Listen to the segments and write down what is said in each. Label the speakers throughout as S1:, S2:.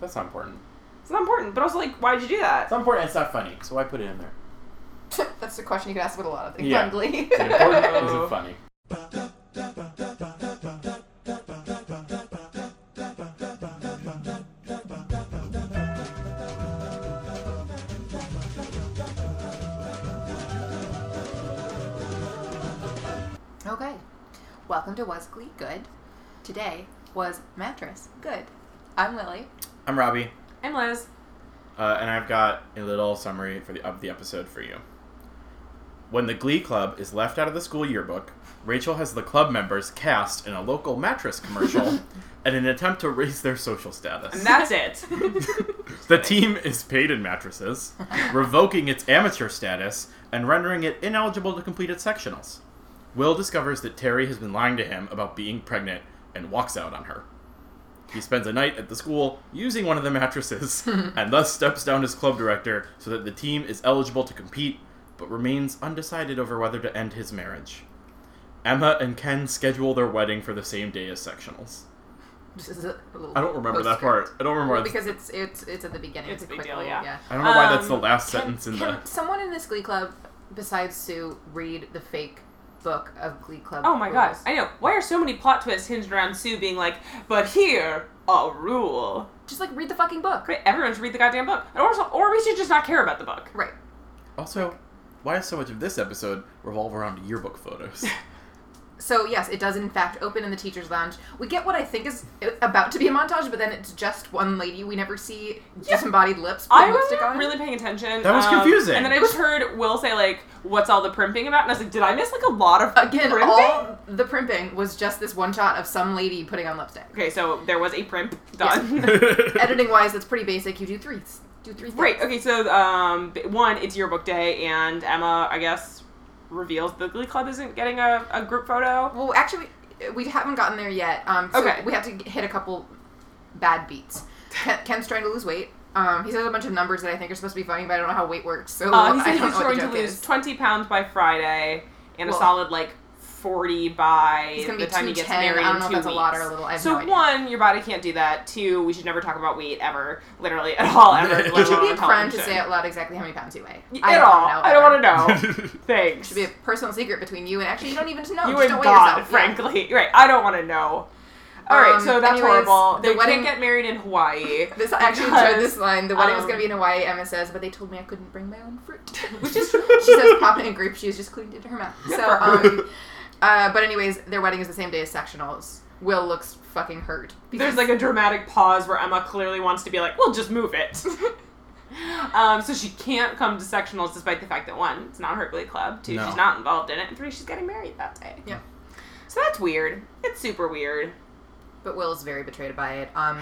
S1: That's not important.
S2: It's not important, but also like, why'd you do that?
S1: It's not important. It's not funny. So why put it in there?
S3: That's the question you can ask about a lot of things.
S1: Yeah.
S3: Friendly.
S1: Is it important? Is it funny?
S3: okay. Welcome to Was Glee Good. Today was Mattress Good. I'm Lily.
S1: I'm Robbie,
S2: I'm Liz.
S1: uh, and I've got a little summary for the of the episode for you. When the Glee Club is left out of the school yearbook, Rachel has the club members cast in a local mattress commercial in an attempt to raise their social status.
S2: And that's it.
S1: The team is paid in mattresses, revoking its amateur status and rendering it ineligible to complete its sectionals. Will discovers that Terry has been lying to him about being pregnant and walks out on her. He spends a night at the school using one of the mattresses and thus steps down as club director so that the team is eligible to compete but remains undecided over whether to end his marriage. Emma and Ken schedule their wedding for the same day as sectionals.
S3: This is a little
S1: I don't remember that part. I don't remember
S3: Well,
S1: why-
S3: because it's it's it's at the beginning.
S2: It's
S3: It's,
S2: a
S3: a
S2: big
S3: quick
S2: deal,
S3: little-
S2: yeah.
S3: yeah.
S1: I don't know why that's the
S2: Um,
S1: last
S3: Can-
S1: sentence in
S3: can
S1: the
S3: someone in this Glee Club besides Sue read the fake book of Glee Club?
S2: Oh my gosh,
S3: rules?
S2: I know. Why are so many plot twists hinged around Sue being like, but here, a rule?
S3: Just like read the fucking book.
S2: Great, everyone should read the goddamn book. And also, or we should just not care about the book.
S3: Right.
S1: Also, why does so much of this episode revolve around yearbook photos?
S3: So yes, it does in fact open in the teachers' lounge. We get what I think is about to be a montage, but then it's just one lady. We never see disembodied lips. put
S2: I
S3: lipstick
S2: wasn't
S3: on.
S2: really paying attention.
S1: That was
S2: um,
S1: confusing.
S2: And then I just heard Will say like, "What's all the primping about?" And I was like, "Did I miss like a lot of
S3: Again,
S2: primping?"
S3: all the primping was just this one shot of some lady putting on lipstick.
S2: Okay, so there was a primp done.
S3: Editing wise, that's pretty basic. You do three, do three. Things.
S2: Right. Okay. So, um, b- one, it's yearbook day, and Emma, I guess, reveals the Glee Club isn't getting a, a group photo.
S3: Well, actually, we haven't gotten there yet. Um, so
S2: Okay.
S3: We have to hit a couple bad beats. Ken, Ken's trying to lose weight. Um, he says a bunch of numbers that I think are supposed to be funny, but I don't know how weight works. So
S2: Uh, he
S3: I
S2: said he's
S3: don't know what
S2: going
S3: the
S2: to
S3: joke
S2: lose
S3: is.
S2: twenty pounds by Friday, and a
S3: Well-
S2: solid like forty by
S3: He's gonna
S2: the
S3: be
S2: time he gets
S3: 210.
S2: married.
S3: I don't
S2: in
S3: know if
S2: two
S3: that's a lot or a
S2: weeks.
S3: little. I have
S2: so
S3: no idea.
S2: one, your body can't do that. Two, we should never talk about weight ever, literally at all ever.
S1: It
S2: let
S1: should
S3: Should be
S2: alone
S3: a
S2: on
S3: crime to
S2: television.
S3: say out loud exactly how many pounds you weigh.
S2: Y-
S3: I
S2: at
S3: don't
S2: all.
S3: know.
S2: I don't want to know.
S3: It
S2: Thanks.
S3: should be a personal secret between you and actually you don't even know.
S2: you
S3: Just
S2: and
S3: don't weigh
S2: God,
S3: yourself. Yeah.
S2: frankly. Right. I don't want to know. All right.
S3: Um,
S2: so that's
S3: anyways,
S2: horrible.
S3: the
S2: They
S3: wedding-
S2: can't get married in Hawaii.
S3: This I actually
S2: Because,
S3: enjoyed this line. The wedding was
S2: um,
S3: going to be in Hawaii. Emma says, but they told me I couldn't bring my own fruit,
S2: Which is-
S3: she says pop it in grape juice, just cleaned it into her mouth.
S2: Good
S3: So,
S2: for her.
S3: um, uh, but anyways, their wedding is the same day as sectionals. Will looks fucking hurt.
S2: There's
S3: because-
S2: like a dramatic pause where Emma clearly wants to be like, "We'll just move it." um, so she can't come to sectionals despite the fact that one, it's not her glee club. Two,
S1: No.
S2: she's not involved in it. And three, she's getting married that day.
S3: Yeah.
S2: So that's weird. It's super weird.
S3: but Will is very betrayed by it. Um,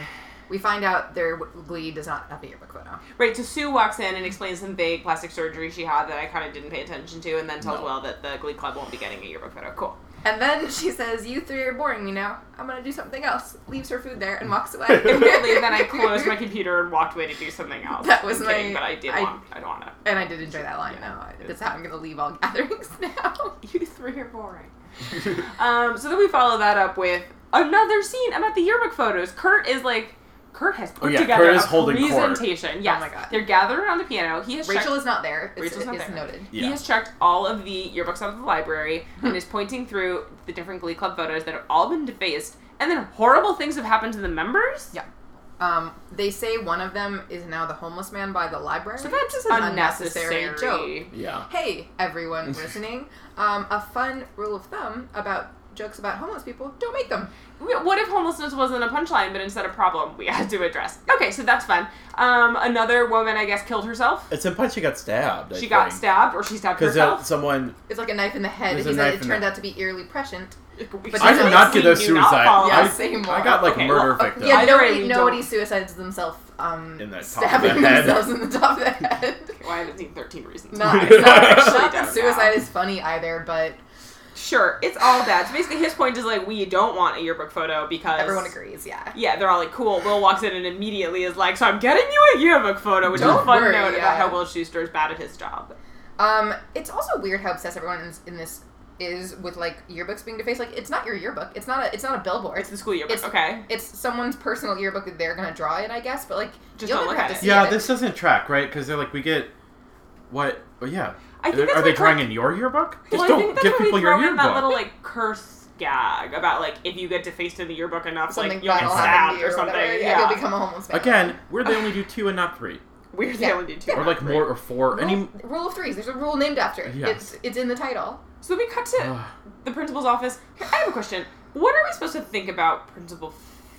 S3: we find out their w- glee does not have a yearbook photo.
S2: Right. So Sue walks in and explains some vague plastic surgery she had that I kind of didn't pay attention to, and then tells
S1: No.
S2: Will that the glee club won't be getting a yearbook photo. Cool.
S3: And then she says, "You three are boring. You know, I'm gonna do something else." Leaves her food there and walks away.
S2: Weirdly, Mm. then I closed my computer and walked away to do something else.
S3: That was
S2: I'm kidding,
S3: my-
S2: But I did
S3: I-
S2: want. I don't want to.
S3: And I did enjoy that line. No, that's how I'm gonna leave all gatherings now.
S2: You three are boring. Um, so then we follow that up with another scene about the yearbook photos. Kurt is like, Kurt has put
S1: Oh, yeah,
S2: together
S1: Kurt is
S2: a
S1: holding court.
S2: presentation. Yes,
S3: Oh my God.
S2: they're gathered around the piano. He has
S3: Rachel
S2: checked,
S3: is not there. It's,
S2: Rachel's not
S3: it's
S2: there.
S3: noted.
S2: he
S1: Yeah.
S2: has checked all of the yearbooks out of the library and is pointing through the different Glee Club photos that have all been defaced, and then horrible things have happened to the members.
S3: Yeah. Um, they say one of them is now the homeless man by the library.
S2: So that's
S3: This
S2: just
S3: is an
S2: unnecessary.
S1: yeah.
S3: Hey, everyone listening. Um, a fun rule of thumb about jokes about homeless people: don't make them.
S2: What if homelessness wasn't a punchline, but instead a problem we had to address? Okay, so that's fun. Um, another woman, I guess, killed herself.
S1: At some point, she got stabbed. I
S2: She got
S1: think.
S2: stabbed, or she stabbed
S1: Because
S2: herself.
S1: uh, someone.
S3: It's like a knife in the head.
S1: There's
S3: He
S1: a
S3: said
S1: knife
S3: it
S1: in
S3: turned
S1: the-
S3: out to be eerily prescient.
S2: Because
S3: I did not
S1: get
S2: we
S1: a
S2: do
S1: suicide.
S2: follow-
S3: Yeah,
S1: Oh, I-
S3: say more.
S1: I got like
S2: Okay,
S1: murder
S2: well,
S1: victim.
S3: yeah,
S2: I
S3: nobody,
S2: really
S3: nobody
S2: don't-
S3: suicides themselves um,
S1: In the top of
S3: stabbing
S1: the head.
S3: themselves in the top of the head.
S2: Well, I haven't seen 13 Reasons.
S3: Not,
S2: Why.
S3: it's not actually
S2: Actually don't
S3: that suicide
S2: know.
S3: is funny either, but
S2: Sure, it's all bad. So basically, his point is like, we don't want a yearbook photo because.
S3: everyone agrees. Yeah.
S2: Yeah, they're all like, cool. Will walks in and immediately is like, so I'm getting you a yearbook photo, which is a
S3: Don't
S2: fun
S3: worry,
S2: note
S3: yeah.
S2: about how Will Schuster is bad at his job.
S3: Um, it's also weird how obsessed everyone is in this is with like yearbooks being defaced. Like it's not your yearbook. It's not a. It's not a billboard.
S2: It's the school yearbook.
S3: It's-
S2: okay.
S3: it's someone's personal yearbook that they're gonna draw it, I guess. But like,
S2: Just don't
S3: you'll never
S2: look
S3: have
S2: at
S3: to
S2: it.
S3: see
S1: Yeah,
S3: it.
S1: this doesn't track, right? Because they're like, we get what? Oh, yeah.
S2: I think
S1: are
S2: that's
S1: are they
S2: what
S1: drawing
S2: cur-
S1: in your yearbook? Just
S2: Well, I think
S1: don't
S2: that's
S1: give
S2: where we
S1: people your
S2: throw in that
S1: yearbook.
S2: little like curse gag about like if you get defaced in the yearbook enough,
S3: something
S2: like you'll get
S3: bad will
S2: stabbed
S3: happen to you
S2: or something.
S3: whatever.
S2: yeah,
S3: you'll become a homeless man.
S1: Again, where they only do two and not three,
S2: weird.
S3: Yeah.
S2: They only do two.
S1: or like more or four.
S3: Rule,
S1: Any.
S3: rule of threes. There's a rule named after it.
S1: Yes.
S3: It's it's in the title.
S2: So we cut to
S1: Ugh,
S2: the principal's office. I have a question. What are we supposed to think about Principal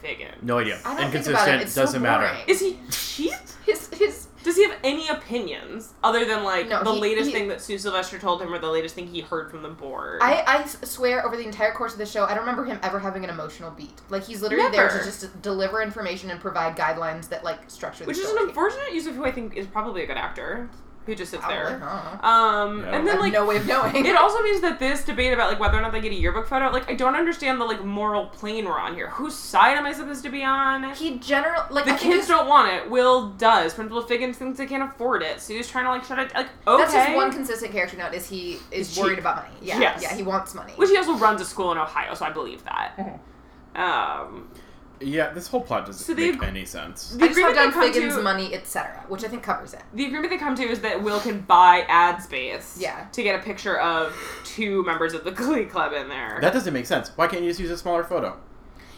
S2: Figgin?
S1: no idea.
S3: I don't think
S1: Inconsistent.
S3: about it. It's so
S1: doesn't matter.
S3: boring.
S2: Is he cheap?
S3: His his
S2: Does he have any opinions other than like
S3: No,
S2: the
S3: he-
S2: latest
S3: he-
S2: thing that Sue Sylvester told him or the latest thing he heard from the board?
S3: I, I s- swear over the entire course of the show, I don't remember him ever having an emotional beat. Like he's literally there
S2: Never.
S3: to just deliver information and provide guidelines that like structure the
S2: Which is an
S3: story.
S2: unfortunate use of who I think is probably a good actor who just sits
S3: Probably,
S2: there.
S3: huh?
S2: Um,
S1: Yeah.
S2: and
S3: I
S2: then
S3: have
S2: like
S3: no way of knowing.
S2: It also means that this debate about like whether or not they get a yearbook photo, like I don't understand the like moral plane we're on here. Whose side am I supposed to be on?
S3: he general like
S2: the
S3: I think
S2: kids
S3: his-
S2: don't want it. Will does. Principal Figgins thinks they can't afford it. Sue's trying to like shut it. Like okay,
S3: That's his one consistent character note is he is
S2: He's
S3: worried
S2: cheap.
S3: about money. Yeah,
S2: Yes.
S3: yeah, he wants money.
S2: which he also runs a school in Ohio, so I believe that. Um,
S1: Yeah, this whole plot doesn't
S2: So they
S1: make
S2: ag-
S1: any sense.
S2: the
S3: I just wrote
S2: agreement they
S3: down
S2: come
S3: Figgins
S2: to
S3: money, etc., which I think covers it.
S2: the agreement they come to is that Will can buy ad space.
S3: Yeah.
S2: to get a picture of two members of the Glee Club in there.
S1: That doesn't make sense. Why can't you just use a smaller photo?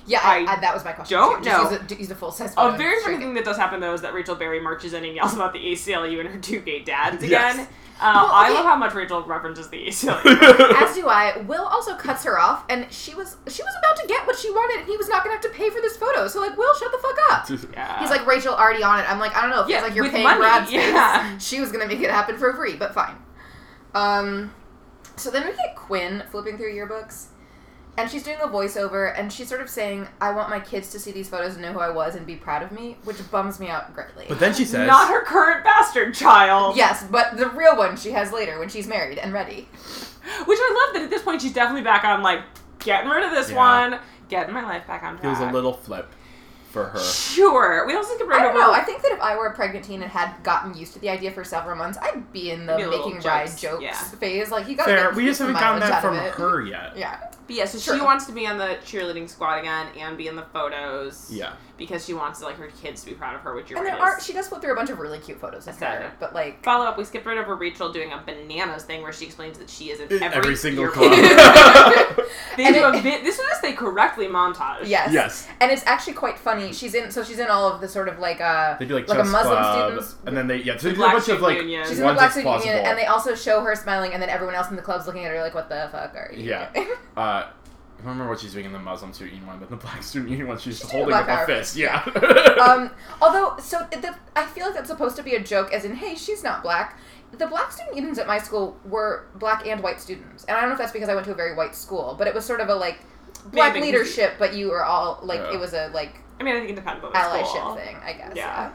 S3: Yeah, I,
S2: I
S3: I- that was my question.
S2: don't
S3: too. Just
S2: know.
S3: Use a, use a full size.
S2: A very funny thing that does happen though is that Rachel Berry marches in and yells about the ACLU and her two gay dads
S1: Yes.
S2: again. Uh,
S3: Well,
S2: I
S3: okay.
S2: love how much Rachel references the ACLU.
S3: As do I. Will also cuts her off, and she was she was about to get what she wanted, and he was not going to have to pay for this photo. So like, Will, shut the fuck up.
S2: yeah.
S3: He's like Rachel already on it. I'm like I don't know. If
S2: Yeah,
S3: it's like you're
S2: with
S3: paying
S2: money,
S3: Brad space.
S2: yeah.
S3: She was gonna make it happen for free, but fine. Um, so then we get Quinn flipping through yearbooks, and she's doing a voiceover, and she's sort of saying, "I want my kids to see these photos and know who I was and be proud of me," which bums me out greatly.
S1: But then she says,
S2: not her current bastard child.
S3: yes, but the real one she has later when she's married and ready.
S2: Which I love that at this point she's definitely back on like getting rid of this
S1: Yeah.
S2: one, getting my life back on track.
S1: it was a little flip for her.
S2: Sure. We also skipped
S3: I
S2: right
S3: don't
S2: over.
S3: know. I think that if I were a pregnant teen and had gotten used to the idea for several months, I'd be in the
S2: Be a little
S3: making bride
S2: jokes,
S3: jokes
S2: yeah.
S3: phase. Like you got
S1: Fair. We just haven't gotten that from
S3: it.
S1: her yet.
S3: Yeah.
S2: but yeah, so she
S3: Sure.
S2: wants to be on the cheerleading squad again and be in the photos.
S1: Yeah.
S2: Because she wants like her kids to be proud of her, which you're
S3: And
S2: right.
S3: there
S2: is-
S3: are she does flip through a bunch of really cute photos of
S2: That's
S3: her,
S2: it.
S3: but like
S2: Follow up, we skipped right over Rachel doing a bananas thing where she explains that she is in
S1: In
S2: every,
S1: every, single
S2: year-
S1: club.
S2: they
S3: And
S2: do a
S3: it-
S2: bit. This is they correctly montage.
S3: yes,
S1: yes.
S3: and it's actually quite funny. She's in so she's in all of the sort of like uh
S1: They do like,
S3: Like a
S1: chess
S3: Muslim
S1: club,
S3: students-
S1: and then they yeah, so they do a
S2: Black
S1: bunch of
S2: Student
S1: like
S2: Union.
S3: she's in the
S1: ones
S3: black
S1: that's
S3: suit
S1: plausible.
S3: union, and they also show her smiling, and then everyone else in the club's looking at her like, "What the fuck are you?"
S1: Yeah.
S3: doing?"
S1: uh, I don't remember what she's doing in the Muslim student union one, but in the black student union one, she's,
S3: She's doing
S1: holding
S3: a
S1: up
S3: black
S1: a
S3: power
S1: fist. Yeah.
S3: um, although, so th- th- I feel like that's supposed to be a joke, as in, "Hey, she's not black." The black student unions at my school were black and white students, and I don't know if that's because I went to a very white school, but it was sort of a like black
S2: because-
S3: leadership, but you were all like
S1: Yeah.
S3: it was a like
S2: I mean, I think it depends on the
S3: allyship
S2: school.
S3: thing, I guess.
S2: Yeah.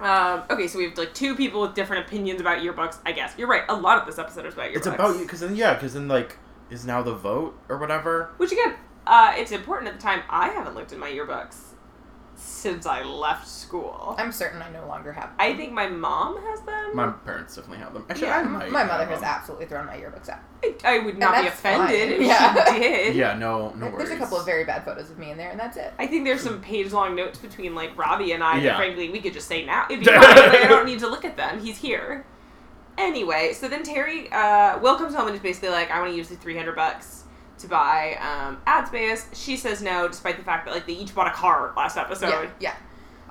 S2: Um, okay, so we have like two people with different opinions about yearbooks. I guess you're right. A lot of this episode is about yearbooks.
S1: it's about you, because then yeah, because then like is now the vote or whatever.
S2: Which again, uh, it's important at the time. I haven't looked at my yearbooks since I left school.
S3: I'm certain I no longer have.
S2: I think my mom has them.
S1: My parents definitely have them. Actually,
S2: Yeah,
S1: I
S3: M-
S1: might
S3: My
S1: have
S3: mother has
S1: them.
S3: absolutely thrown my yearbooks out.
S2: I, I would not be
S3: that's
S2: offended
S3: fine.
S2: if
S3: Yeah.
S2: she did.
S1: Yeah, no, no
S3: There-
S1: worries.
S3: There's a couple of very bad photos of me in there, and that's it.
S2: I think there's some page long notes between like Robbie and I that
S1: Yeah.
S2: frankly we could just say now. It'd be fine. like, I don't need to look at them. He's here. Anyway, so then Terry uh, Will comes home and is basically like, I want to use the three hundred bucks to buy um, ad space. She says no, despite the fact that like they each bought a car last episode.
S3: yeah,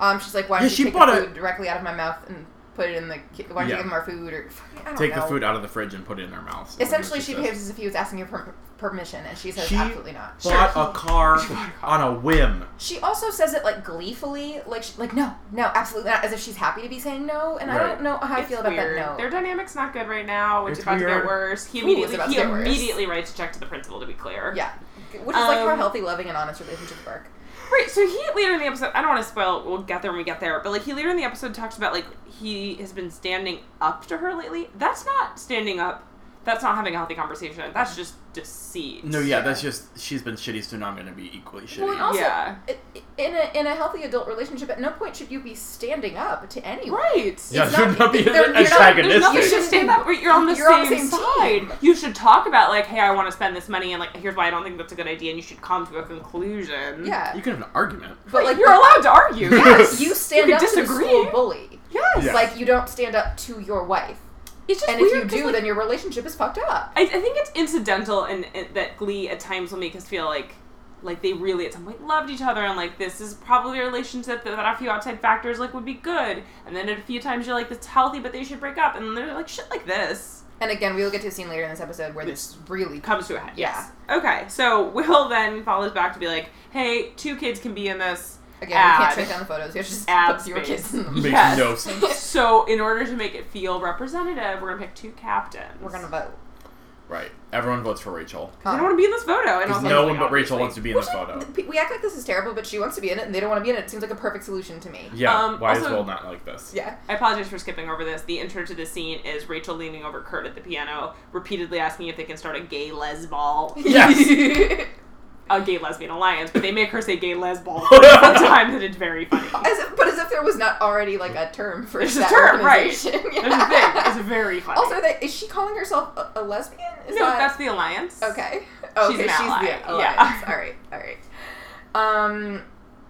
S3: yeah. Um, she's like, why don't
S1: Yeah,
S3: you
S1: she
S3: take
S1: bought
S3: the
S1: a-
S3: food directly out of my mouth and put it in the? ki- Why don't
S1: Yeah.
S3: you give him our food or? I don't
S1: Take the
S3: know.
S1: food out of the fridge and put it in their mouths. is
S3: Essentially,
S1: what
S3: she
S1: says.
S3: behaves as if he was asking her per- permission, and she says
S1: She-
S3: absolutely not.
S1: bought a car
S2: She bought a car.
S1: on a whim.
S3: She also says it like gleefully, like she, like no, no, absolutely not, as if she's happy to be saying no. And I
S1: Right.
S3: don't know how I
S2: It's
S3: feel about
S2: weird.
S3: that. No,
S2: Their dynamic's not good right now. It's,
S1: It's
S2: about to
S1: weird.
S2: get worse. He
S3: Ooh, it's
S2: immediately
S3: about to
S2: he
S3: get worse.
S2: immediately writes a check to the principal to be clear.
S3: yeah, which is like how
S2: Um,
S3: healthy, loving, and honest relationships work.
S2: Right, so he later in the episode, I don't want to spoil, we'll get there when we get there, but like he later in the episode talks about like he has been standing up to her lately. That's not standing up That's not having a healthy conversation. That's just deceit.
S1: No, yeah, that's just she's been shitty, so now I'm gonna be equally shitty.
S3: Well, and also,
S2: Yeah.
S3: i- in a in a healthy adult relationship, at no point should you be standing up to anyone.
S2: Right.
S1: yeah,
S3: it's
S1: should
S3: not-
S1: not, be
S3: they're- you're not- there's
S2: There's nothing
S1: antagonistic.
S2: you should stand up. but You're on the
S3: You're on the
S2: same,
S3: same
S2: side.
S3: team.
S2: You should talk about like, hey, I want to spend this money, and like, here's why I don't think that's a good idea, and you should come to a conclusion.
S3: Yeah,
S1: You can have an argument.
S3: but like
S2: Like you're allowed to argue.
S1: Yes.
S3: you stand
S2: You
S3: up
S2: can
S3: to the
S2: disagree.
S3: school bully.
S2: Yes.
S1: Yeah.
S3: Like you don't stand up to your wife,
S2: It's just
S3: and
S2: weird.
S3: if
S2: 'cause,
S3: you do,
S2: like,
S3: then your relationship is fucked up.
S2: I, I think it's incidental and and that Glee at times will make us feel like like they really at some point loved each other and like this is probably a relationship that, that a few outside factors like would be good and then a few times you're like this is healthy but they should break up and then they're like shit like this
S3: And again, we will get to a scene later in this episode where this really
S2: comes to a head yes okay so Will then follows back to be like hey two kids can be in this
S3: again you
S2: Ad.
S3: can't track down the photos. You have to just
S2: Ad
S3: put your
S2: space.
S3: kids in them.
S1: Makes
S2: Yes.
S1: no sense.
S2: so in order to make it feel representative we're gonna pick two captains
S3: We're gonna vote.
S1: Right. Everyone votes for Rachel.
S2: I don't want to be in this photo and
S1: Because
S2: also
S1: no one but
S2: obviously.
S1: Rachel wants to be in the photo.
S3: Pe- We act like this is terrible, but she wants to be in it, and they don't want to be in it. It seems like a perfect solution to me.
S1: Yeah,
S2: Um,
S1: why is
S2: also-
S1: Will not like this?
S3: Yeah.
S2: I apologize for skipping over this. The intro to this scene is Rachel leaning over Kurt at the piano, repeatedly asking if they can start a gay les ball,
S1: Yes.
S2: a gay lesbian alliance, but they make her say gay les ball for the time that it's very funny.
S3: As if, but as if there was not already like a term for
S2: There's a
S3: that
S2: term, right.
S3: organization. Yeah.
S2: There's a thing. It's very funny.
S3: Also, that is she calling herself a, a lesbian? Is
S2: no,
S3: that,
S2: that's the alliance.
S3: okay. Okay,
S2: an ally.
S3: the
S2: Yeah.
S3: alliance. All right, all right. Um,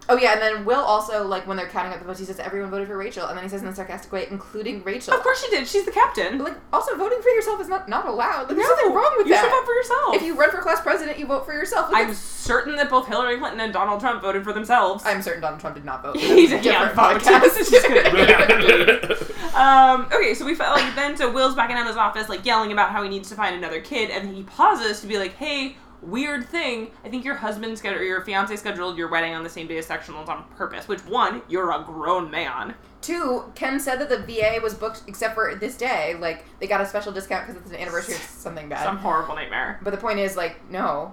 S3: oh yeah, and then Will also like when they're counting up the votes, he says everyone voted for Rachel, and then he says in a sarcastic way, including Rachel.
S2: Of course she did. She's the captain.
S3: But, like also voting for yourself is not not allowed. Like,
S2: no,
S3: there's nothing wrong with
S2: you should vote
S3: that.
S2: for yourself.
S3: if you run for class president, you vote for yourself. Like,
S2: I'm certain that both Hillary Clinton and Donald Trump voted for themselves.
S3: I'm certain Donald Trump did not vote.
S2: He
S3: That's a
S2: did not vote.
S3: different podcast.
S2: Just kidding. Um, okay, so we felt like then, so Will's back in Emma's office, like yelling about how he needs to find another kid, and he pauses to be like, hey, weird thing. I think your husband scheduled, or your fiance scheduled your wedding on the same day as sectionals on purpose, which one, you're a grown man.
S3: Two, Ken said that the VA was booked except for this day. Like they got a special discount because it's an anniversary of something bad.
S2: Some horrible nightmare.
S3: But the point is, like, no,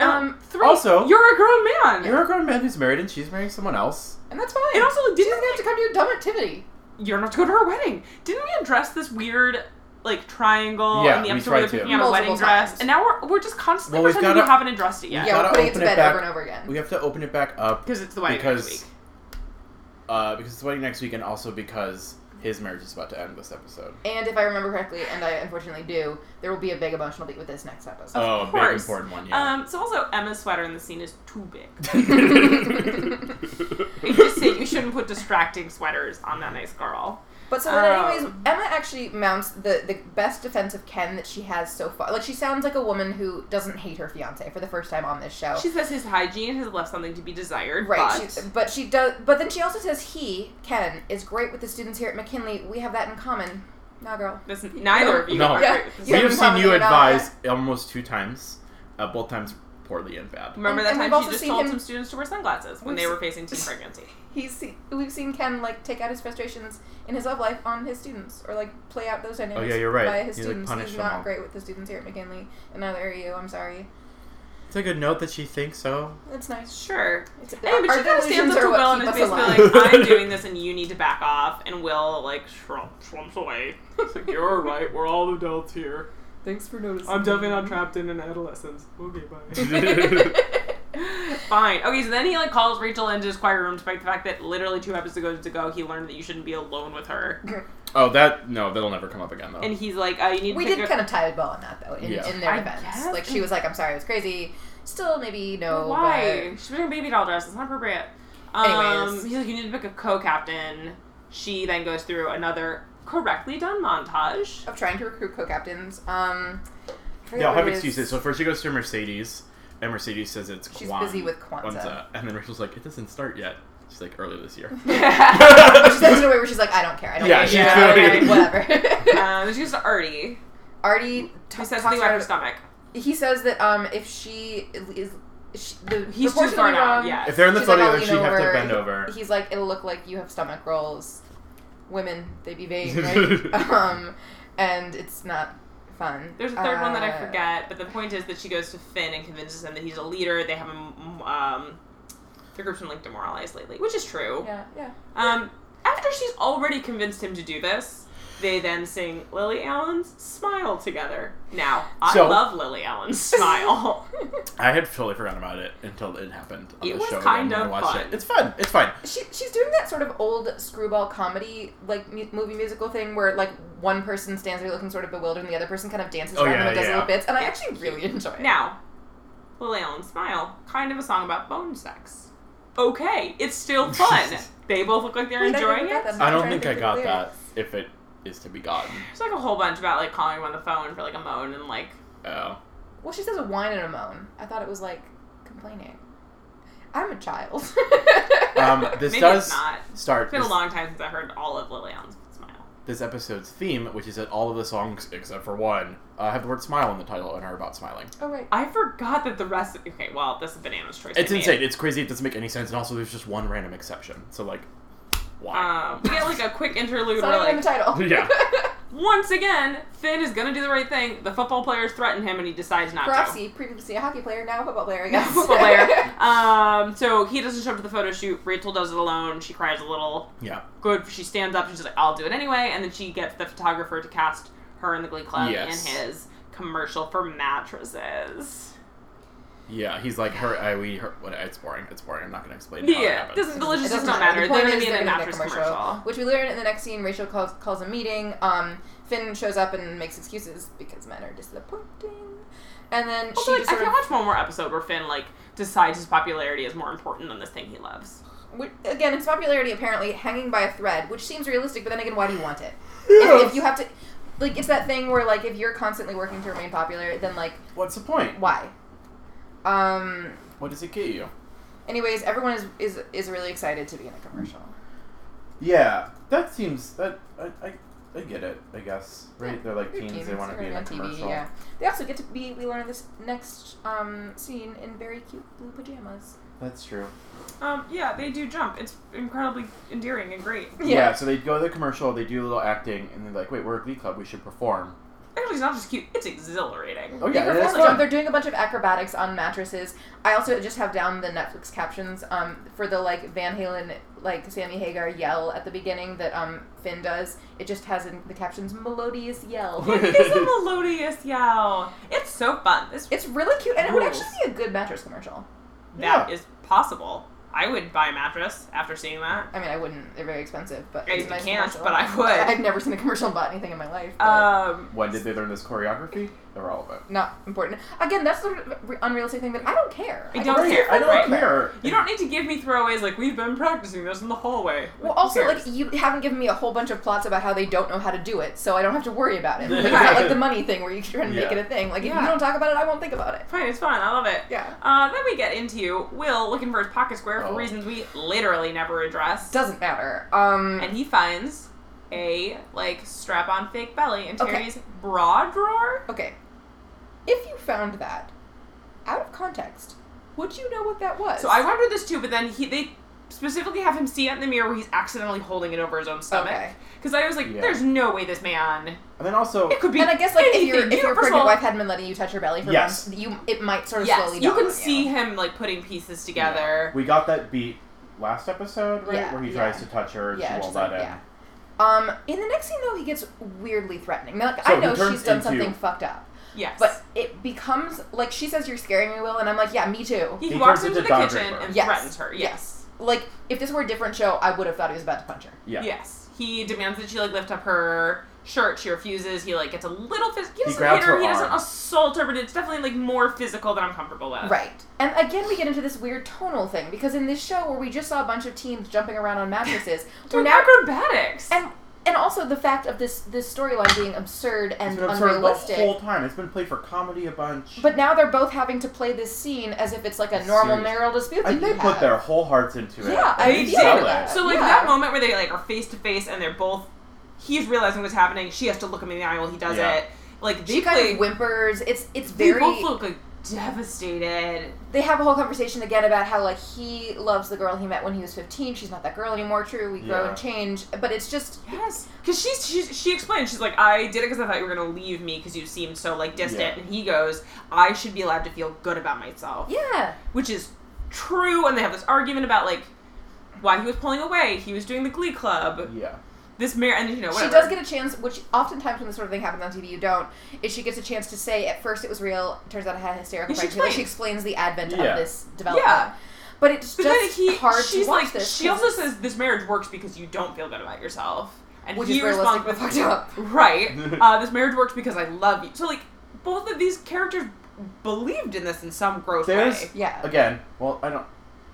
S2: Um, three,
S1: also-
S2: you're a grown man.
S1: You're a grown man who's married and she's marrying someone else.
S3: and that's fine.
S2: and also, like,
S3: she
S2: didn't
S3: doesn't have to come to your dumb activity.
S2: you're not to go to her wedding. Didn't we address this weird like triangle
S1: Yeah,
S2: in the
S1: we
S2: episode where
S1: tried
S2: they're
S1: to.
S2: picking out a
S3: Multiple
S2: wedding dress?
S3: times.
S2: And now we're, we're just constantly
S1: Well, we've
S2: pretending we
S1: gotta-
S2: haven't addressed it
S1: Yeah.
S2: yet.
S3: Yeah, we're
S1: gotta
S3: putting it to
S1: open it
S3: bed
S1: back.
S3: over and over again.
S1: We have to open it back up
S2: Because it's the wedding
S1: Because-
S2: next week.
S1: uh, because it's wedding next week and also because his marriage is about to end this episode.
S3: And if I remember correctly, and I unfortunately do, there will be a big emotional beat with this next episode.
S1: oh, a big
S2: course.
S1: important one, yeah.
S2: Um, so also Emma's sweater in the scene is too big.
S1: it
S2: It just said you shouldn't put distracting sweaters on that nice girl.
S3: But so, then
S2: um,
S3: anyways, Emma actually mounts the, the best defense of Ken that she has so far. Like, she sounds like a woman who doesn't hate her fiance for the first time on this show.
S2: She says his hygiene has left something to be desired.
S3: Oh. Right,
S2: but-
S3: she, but she does. But then she also says he Ken is great with the students here at McKinley. We have that in common. Nah, girl.
S2: This- neither of you
S1: No.
S2: are
S3: Yeah.
S2: great with this.
S1: we
S3: Yeah.
S1: have seen you
S3: Probably not.
S1: advise almost two times, uh, both times poorly and bad.
S2: Remember
S3: And-
S2: that
S3: and we've
S2: time
S3: also
S2: she just
S3: seen
S2: told
S3: him-
S2: some students to wear sunglasses when
S3: We've
S2: they were
S3: se-
S2: facing teen pregnancy?
S3: He's seen, we've seen Ken like take out his frustrations in his love life on his students, or like play out those dynamics.
S1: Oh, yeah, you're right.
S3: By his
S1: He, like,
S3: students,
S1: punished
S3: he's
S1: them
S3: not
S1: all.
S3: great with the students here at McKinley, and neither are you. I'm sorry.
S1: It's a good note that she thinks so.
S3: That's nice.
S2: Sure.
S3: It's,
S2: Hey, but
S3: our
S2: she kind of
S3: delusions
S2: stands up
S3: are
S2: to
S3: what
S2: Will and
S3: keep
S2: is
S3: us
S2: basically
S3: alive.
S2: like, I'm doing this and you need to back off. And Will, like, shrump, shrumps away. It's like, you're right. We're all adults here.
S3: Thanks for noticing.
S2: trapped in an adolescence. Okay, bye.
S1: trapped.
S2: Fine. Okay, so then he, like, calls Rachel into his choir room despite the fact that literally two episodes ago he learned that you shouldn't be alone with her.
S1: Oh, that no, that'll never come up again though.
S2: And he's like, uh, you need to
S3: we
S2: pick
S3: did
S2: up-
S3: kind of tie a bow on that though. In,
S1: Yeah.
S3: in their
S2: I
S3: defense,
S2: guess.
S3: like she was like, "I'm sorry, I was crazy." Still, maybe no.
S2: Why? She's wearing a baby doll dress. It's not appropriate. Um,
S3: Anyways.
S2: he's like, you need to pick a co-captain. She then goes through another correctly done montage.
S3: of trying to recruit co-captains. Um, I forget
S1: yeah, I'll
S3: what
S1: have
S3: it is.
S1: excuses. So first she goes to Mercedes, and Mercedes says it's
S3: She's
S1: Kwan-
S3: busy with Kwanzaa.
S1: and then Rachel's like, it doesn't start yet. She's like earlier this year.
S2: Um,
S3: But she says it in a way where she's like, I don't care. I don't
S1: Yeah,
S3: care.
S1: she's
S3: Yeah,
S1: doing it.
S3: whatever.
S2: um, then she goes to Artie,
S3: Artie
S2: who
S3: t-
S2: says
S3: says
S2: something about her
S3: about,
S2: stomach.
S3: he says that um if she is she, the
S2: He's too
S3: proportionally
S2: far
S3: wrong,
S2: down. Yeah.
S1: if they're in the
S3: She's like,
S1: photo,
S3: I'll
S1: then
S3: lean
S1: she have to
S3: over.
S1: bend over.
S3: He's like, it'll look like you have stomach rolls. Women, they be vain, right? um, and it's not fun.
S2: There's a third one that I
S3: Uh,
S2: forget, but the point is that she goes to Finn and convinces him that he's a leader. They have him. Um, the group's been like demoralized lately, which is true.
S3: Yeah, yeah.
S2: Um, after she's already convinced him to do this, They then sing Lily Allen's Smile together. Now, I
S1: So-
S2: love Lily Allen's Smile.
S1: I had totally forgotten about it until it happened. On
S2: It
S1: the
S2: was
S1: show
S2: kind
S1: again when
S2: of
S1: I watched
S2: fun.
S1: It. It's fun. It's fun.
S3: she, she's doing that sort of old screwball comedy like mu- movie musical thing where like one person stands there looking sort of bewildered and the other person kind of dances
S1: Oh,
S3: around
S1: yeah,
S3: and does
S1: yeah.
S3: little bits and I actually really enjoy it.
S2: now, Lily Allen's Smile, kind of a song about bone sex. Okay, it's still fun. they both look like they're
S3: Wait, I never
S2: enjoying
S3: got
S2: it.
S3: that. I'm
S1: I don't
S3: trying to
S1: think I
S3: think of
S1: got
S3: the
S1: that. If it is to be gotten.
S2: There's like a whole bunch about like calling him on the phone for like a moan and like
S1: Oh.
S3: Well, she says a whine and a moan. I thought it was like complaining. I'm a child.
S1: Um, this
S2: maybe
S1: does
S2: it's not.
S1: start.
S2: It's been a
S1: this-
S2: long time since I heard all of Lily Allen's Smile.
S1: this episode's theme, which is that all of the songs except for one uh, have the word "smile" in the title and are about smiling.
S3: oh right.
S2: I forgot that the rest. Of, okay, well, that's a bananas choice.
S1: It's
S2: I made.
S1: insane. It's crazy. It doesn't make any sense, and also there's just one random exception. So like, why?
S2: Um, we get like a quick interlude
S3: It's
S2: where
S3: not even in
S2: like
S3: the title.
S1: Yeah.
S2: once again Finn is gonna do the right thing. The football players threaten him and he decides not to.
S3: Roxy, previously a hockey player, now a football player. I guess.
S2: football player. Um, so he doesn't show up to the photo shoot. Rachel does it alone. She cries a little.
S1: yeah.
S2: Good. She stands up. and She's like, "I'll do it anyway." And then she gets the photographer to cast her in the Glee Club
S1: Yes.
S2: in his commercial for mattresses.
S1: Yeah. He's like, her. I, we. Her, what? It's boring. It's boring. I'm not gonna explain. how it
S2: Yeah,
S1: happened.
S2: doesn't delicious
S3: It
S2: does
S3: doesn't
S2: not matter. They're
S3: The point
S2: gonna
S3: is
S2: be in
S3: they're
S2: a
S3: gonna make
S2: mattress commercial.
S3: Which we learn in the next scene, Rachel calls, calls a meeting. Um, Finn shows up and makes excuses because men are disappointing. And then
S2: Also,
S3: she
S2: like,
S3: just
S2: I
S3: sort
S2: can
S3: of,
S2: watch one more episode where Finn like decides his popularity is more important than this thing he loves.
S3: wi- again, its popularity apparently hanging by a thread, which seems realistic, but then again, why do you want it?
S1: Yeah.
S3: If, if you have to, like, it's that thing where, like, if you're constantly working to remain popular, then, like,
S1: What's the point?
S3: why? Um,
S1: What does it get you?
S3: anyways, everyone is, is, is really excited to be in a commercial.
S1: Yeah, that seems that I I, I get it. I guess right?
S3: Yeah,
S1: They're like
S3: They're
S1: teens. They
S3: teens,
S1: want to
S3: they're
S1: be in a
S3: gonna be on
S1: commercial.
S3: Yeah, they also get to be. We learn this next um, scene in very cute blue pajamas.
S1: That's true.
S2: Um, yeah, they do jump. It's incredibly endearing and great.
S1: Yeah. So they go to the commercial. They do a little acting, and they're like, "Wait, we're a glee club. We should perform."
S2: Actually, it's not just cute; it's exhilarating.
S1: Oh yeah,
S3: they
S1: that's
S3: jump.
S1: fun.
S3: They're doing a bunch of acrobatics on mattresses. I also just have down the Netflix captions um, for the like Van Halen, like Sammy Hagar yell at the beginning that um, Finn does. It just has in the captions melodious yell.
S2: it's a melodious yell. It's so fun. This
S3: it's really cute, and it would actually
S2: Rules.
S3: be a good mattress commercial.
S2: that
S1: Yeah.
S2: is possible. I would buy a mattress after seeing that.
S3: I mean, I wouldn't. They're very expensive, but
S2: I
S3: it's a nice
S2: can't,
S3: commercial.
S2: but I would.
S3: I've never seen a commercial and bought anything in my life. but-
S2: Um,
S1: When did they learn this choreography? Or all of it?
S3: not important. Again, that's the sort of re- unrealistic thing that I don't care.
S2: I don't
S1: Right,
S2: care.
S1: I don't
S2: Right.
S1: care.
S2: you don't need to give me throwaways like we've been practicing this in the hallway.
S3: Well,
S2: Who
S3: also,
S2: cares?
S3: like you haven't given me a whole bunch of plots about how they don't know how to do it, so I don't have to worry about it. Like, it's not like the money thing where you try and make
S1: Yeah.
S3: it a thing. Like if
S2: Yeah.
S3: you don't talk about it, I won't think about it.
S2: fine, it's fine. I love it.
S3: Yeah,
S2: Uh, then we get into Will looking for his pocket square for
S1: Oh.
S2: reasons we literally never address.
S3: doesn't matter. Um,
S2: and he finds a like strap-on fake belly in
S3: Okay.
S2: Terry's bra drawer.
S3: okay, if you found that out of context, would you know what that was?
S2: So I wondered this too, but then he they specifically have him see it in the mirror where he's accidentally holding it over his own stomach.
S3: Okay.
S2: Because I was like,
S1: Yeah.
S2: there's no way this man.
S1: And then also,
S2: It could be.
S3: And I guess like if
S2: anything.
S3: your if
S2: You-
S3: your
S2: first of
S3: pregnant
S2: all,
S3: wife hadn't been letting you touch her belly for
S1: Yes.
S3: months, you it might sort of
S2: yes,
S3: slowly.
S2: you
S3: dawn
S2: can
S3: on
S2: see him like putting pieces together.
S1: we got that beat last episode, right?
S3: Yeah,
S1: Where he
S3: yeah.
S1: tries to touch her and
S3: yeah,
S1: she
S3: just
S1: won't
S3: like,
S1: let him.
S3: yeah. Um, in the next scene though, he gets weirdly threatening. Now, like
S1: So
S3: I
S1: he
S3: know
S1: turns
S3: she's done
S1: into-
S3: something fucked up,
S2: Yes,
S3: but it becomes like she says, "You're scaring me, Will," and I'm like, "Yeah, me too."
S2: he,
S1: He
S2: walks
S1: turns
S2: into the
S1: into Don
S2: kitchen
S1: Draper.
S2: and
S3: Yes.
S2: threatens her. Yes.
S3: Like if this were a different show, I would have thought he was about to punch her.
S1: Yeah.
S2: Yes. He demands that she like lift up her shirt. She refuses. He like gets a little physical. He doesn't
S1: grabs
S2: hit her.
S1: her
S2: he doesn't
S1: arm.
S2: assault her, but it's definitely like more physical than I'm comfortable with.
S3: Right. And again, we get into this weird tonal thing because in this show where we just saw a bunch of teens jumping around on mattresses,
S2: We're
S3: we're now
S2: acrobatics.
S3: and and also the fact of this this storyline being absurd
S1: It's
S3: and
S1: been absurd the
S3: unrealistic.
S1: whole time. It's been played for comedy a bunch.
S3: But now they're both having to play this scene as if it's like a normal
S1: Serious.
S3: marital dispute.
S1: and
S3: that
S1: they
S3: you
S1: put
S3: have.
S1: their whole hearts into it.
S3: Yeah,
S1: and
S3: I
S1: they
S3: did
S1: sell
S3: hear
S1: it.
S3: that.
S2: So like
S3: Yeah.
S2: that moment where they like are face to face and they're both he's realizing what's happening, she has to look him in the eye while he does
S1: Yeah.
S2: it. Like they
S3: She kind
S2: play,
S3: of whimpers. It's it's
S2: they
S3: very.
S2: both look like devastated.
S3: they have a whole conversation again about how like he loves the girl he met when he was 15 she's not that girl anymore true we grow
S1: Yeah.
S3: and change but it's just
S2: Yes, because she's, she's she explained she's like I did it because I thought you were gonna leave me because you seemed so like distant,
S1: Yeah.
S2: and he goes I should be allowed to feel good about myself,
S3: yeah
S2: which is true. And they have this argument about like why he was pulling away. He was doing the Glee Club.
S1: Yeah.
S2: this mayor, and you know,
S3: She
S2: whatever.
S3: does get a chance, which oftentimes when this sort of thing happens on TV, you don't. Is she gets a chance to say at first it was real, turns out it had a hysterical
S2: And she
S3: pregnancy. Like, she explains the advent
S1: Yeah.
S3: of this development.
S2: Yeah.
S3: But it's
S2: But
S3: just
S2: then he,
S3: hard
S2: she's
S3: to watch
S2: like,
S3: this.
S2: she
S3: 'cause
S2: also says this marriage works because you don't feel good about yourself, and
S3: Which
S2: he
S3: is realistic,
S2: responds
S3: but
S2: with,
S3: fucked up.
S2: right? Uh, this marriage works because I love you. So like, both of these characters believed in this in some gross
S1: There's-
S2: way.
S3: Yeah.
S1: Again, well, I don't,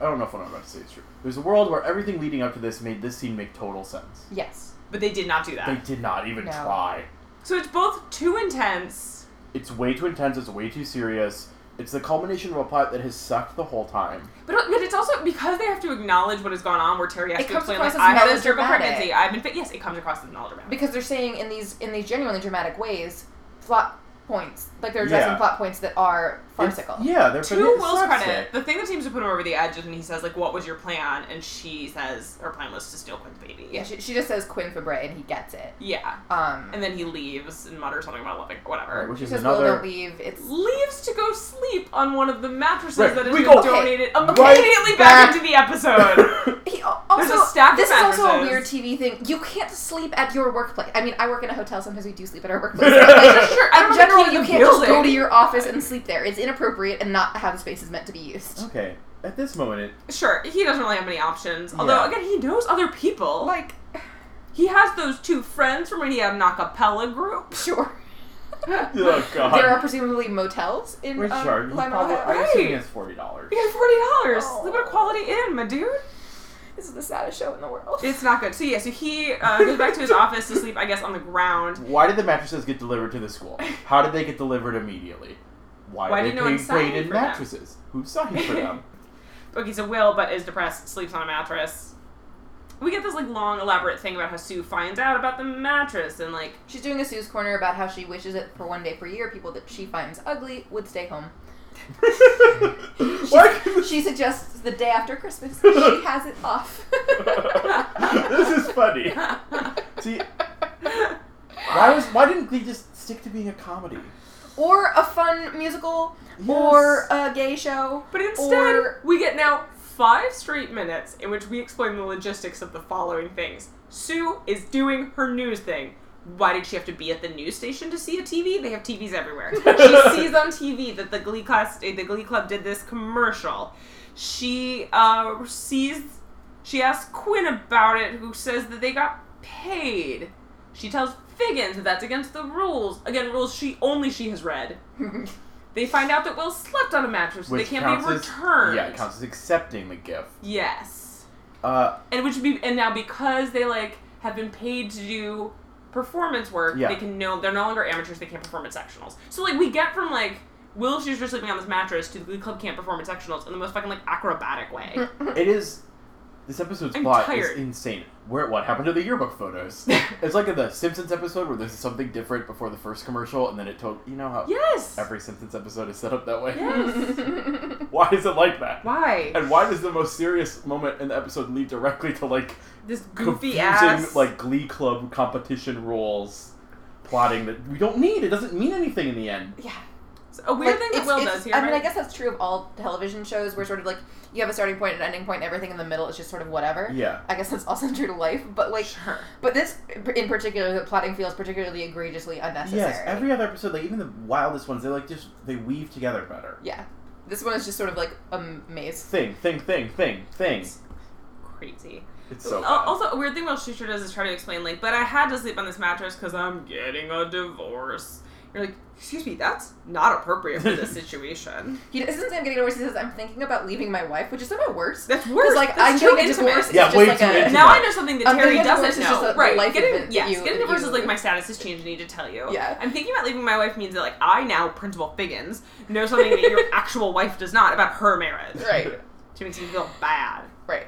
S1: I don't know if what I'm about to say is true. There's a world where everything leading up to this made this scene make total sense.
S3: Yes.
S2: But they did not do that.
S1: They did not even
S3: No.
S1: try.
S2: so it's both too intense.
S1: It's way too intense. It's way too serious. It's the culmination of a plot that has sucked the whole time.
S2: But, but it's also because they have to acknowledge what has gone on, where Terry has
S3: It
S2: to
S3: comes
S2: explain,
S3: across
S2: like,
S3: as
S2: I had a terrible
S3: melodramatic.
S2: pregnancy. I've been fit. Yes, it comes across as melodramatic.
S3: Because they're saying in these in these genuinely dramatic ways, plot points. Like they're addressing
S1: Yeah.
S3: plot points that are farcical.
S1: It's- yeah, they're
S2: to
S1: pretty- it's
S2: Will's
S1: slapstick.
S2: credit, the thing that seems to put him over the edge is when he says, like, what was your plan? And she says her plan was to steal Quinn's baby.
S3: Yeah, she, she just says Quinn Fabre and he gets it.
S2: Yeah.
S3: Um,
S2: And then he leaves and mutters something about loving, whatever.
S1: Which
S3: she
S1: is
S3: says,
S1: another.
S3: "Will don't leave." It's
S2: Leaves to go sleep on one of the mattresses
S1: Right,
S2: that has
S1: we
S2: been
S1: go- okay,
S2: donated immediately
S1: right
S2: back,
S1: back-
S2: into the episode.
S3: He al- also
S2: There's a stack of
S3: this is also a
S2: mattresses.
S3: weird TV thing. You can't sleep at your workplace. I mean, I work in a hotel. Sometimes we do sleep at our workplace. Like,
S2: sure, I don't
S3: in
S2: know the
S3: general,
S2: key to
S3: you
S2: the
S3: can't just go
S2: building.
S3: to your office and sleep there. It's inappropriate and not how the space is meant to be used.
S1: okay, at this moment, it
S2: sure, he doesn't really have many options. Although,
S1: Yeah.
S2: again, he knows other people.
S3: Like,
S2: He has those two friends from when he had an acapella group.
S3: sure.
S1: Oh, God.
S3: There are presumably motels in
S1: We're
S3: um,
S1: charged.
S3: Lima,
S1: Probably,
S3: Ohio.
S1: I'm assuming it's forty dollars.
S2: He had forty dollars.
S3: Oh.
S2: Live at a quality inn, my dude.
S3: This is the saddest show in the world.
S2: It's not good. So yeah, so he uh, goes back to his office to sleep, I guess, on the ground.
S1: Why did the mattresses get delivered to the school? How did they get delivered immediately? Why,
S2: Why
S1: did they
S2: did no one
S1: pay
S2: sign
S1: weighted
S2: for them?
S1: mattresses? Who signed for them?
S2: Okay, so Will, but is depressed, sleeps on a mattress. We get this like long, elaborate thing about how Sue finds out about the mattress and like
S3: She's doing a Sue's corner about how she wishes it for one day per year people that she finds ugly would stay home.
S1: Why can
S3: She suggests the day after Christmas. She has it off.
S1: this is funny. See, why was why didn't they just stick to being a comedy?
S3: or a fun musical
S1: Yes.
S3: or a gay show.
S2: But instead
S3: Or-
S2: we get now five straight minutes in which we explain the logistics of the following things. Sue is doing her news thing. Why did she have to be at the news station to see a TV? They have TVs everywhere. she sees on TV that the Glee class, eh, the Glee Club did this commercial. She uh, sees, she asks Quinn about it, who says that they got paid. She tells Figgins that that's against the rules. Again, rules she only she has read. They find out that Will slept on a mattress, so they
S1: Which
S2: can't
S1: counts
S2: be
S1: as-
S2: returned.
S1: Yeah, it counts as accepting the gift.
S2: Yes,
S1: Uh,
S2: and which would be and now because they like have been paid to do performance work,
S1: Yeah.
S2: they can no they're no longer amateurs. They can't perform at sectionals. So like we get from like Will she's just sleeping on this mattress to the Glee Club can't perform at sectionals in the most fucking like acrobatic way.
S1: it is. This episode's
S2: I'm
S1: plot is
S2: tired.
S1: insane. Where what happened to the yearbook photos? it's like in the Simpsons episode where there's something different before the first commercial, and then it told you know how
S2: yes.
S1: every Simpsons episode is set up that way.
S2: yes.
S1: Why is it like that?
S2: Why?
S1: And why does the most serious moment in the episode lead directly to like
S2: This goofy
S1: confusing
S2: ass.
S1: like Glee Club competition rules, plotting that we don't need? It doesn't mean anything in the end.
S3: yeah.
S2: a weird
S3: Like,
S2: thing that
S3: it's-
S2: Will
S3: it's-
S2: does here.
S3: I mean,
S2: right?
S3: I guess that's true of all television shows where sort of like you have a starting point and ending point and everything in the middle is just sort of whatever.
S1: Yeah.
S3: I guess that's also true to life, but like,
S2: Sure.
S3: but this in particular, the plotting feels particularly egregiously unnecessary.
S1: Yes. Every other episode, like even the wildest ones, they like just they weave together better.
S3: yeah. This one is just sort of like a maze.
S1: Thing, thing, thing, thing, thing.
S2: Crazy.
S1: It's so.
S2: Al-
S1: bad.
S2: also, a weird thing Will Schuster does is try to explain, like, but I had to sleep on this mattress because I'm getting a divorce. You're like, excuse me, that's not appropriate for this situation.
S3: He doesn't say I'm getting a divorce. He says I'm thinking about leaving my wife, which is somehow worse.
S2: That's worse.
S3: Because like
S2: that's
S3: I'm
S2: too
S3: getting a
S2: intimate.
S3: divorce. is
S1: Yeah,
S3: just
S1: way
S3: like
S1: too
S3: a,
S1: intimate.
S2: Now I know something that
S3: Um,
S2: Terry
S3: getting a
S2: doesn't
S3: divorce
S2: know.
S3: is just a- the
S2: right?
S3: life
S2: getting
S3: event that
S2: yes,
S3: you-
S2: getting a
S3: that
S2: divorce is
S3: you-
S2: like my status has changed. I need to tell you.
S3: Yeah.
S2: I'm thinking about leaving my wife means that like I now, Principal Figgins, know something that your actual wife does not about her marriage.
S3: Right.
S2: Which makes me feel bad.
S3: Right.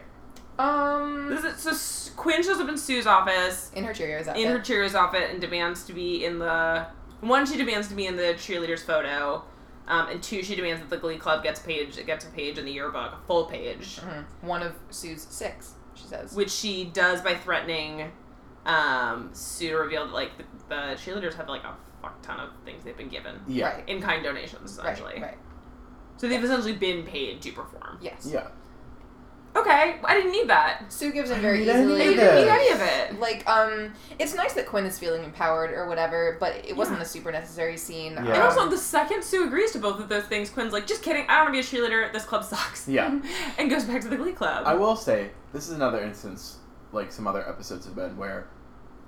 S3: Um.
S2: This is, so S- Quinn shows up in Sue's office.
S3: in her Cheerios outfit.
S2: in her cheerleader's outfit and demands to be in the one. She demands to be in the cheerleader's photo, um, and two, she demands that the Glee Club gets page gets a page in the yearbook, a full page,
S3: Mhm. One of Sue's six, she says.
S2: which she does by threatening um, Sue to reveal that like the, the cheerleaders have like a fuck ton of things they've been given
S1: yeah.
S3: Right.
S2: in kind donations
S3: Right,
S2: essentially.
S3: right.
S2: So they've essentially been paid to perform.
S3: Yes.
S1: Yeah.
S2: Okay, I didn't need that.
S3: Sue gives in very
S1: I don't
S3: easily.
S2: I
S1: need
S2: didn't need
S1: Yes.
S2: any of it.
S3: Like, um, it's nice that Quinn is feeling empowered or whatever, but it wasn't
S2: Yeah.
S3: a super necessary scene.
S1: Yeah.
S2: And
S3: Um,
S2: also, the second Sue agrees to both of those things, Quinn's like, just kidding, I don't want to be a cheerleader, this club sucks.
S1: Yeah.
S2: and goes back to the glee club.
S1: I will say this is another instance, like some other episodes have been, where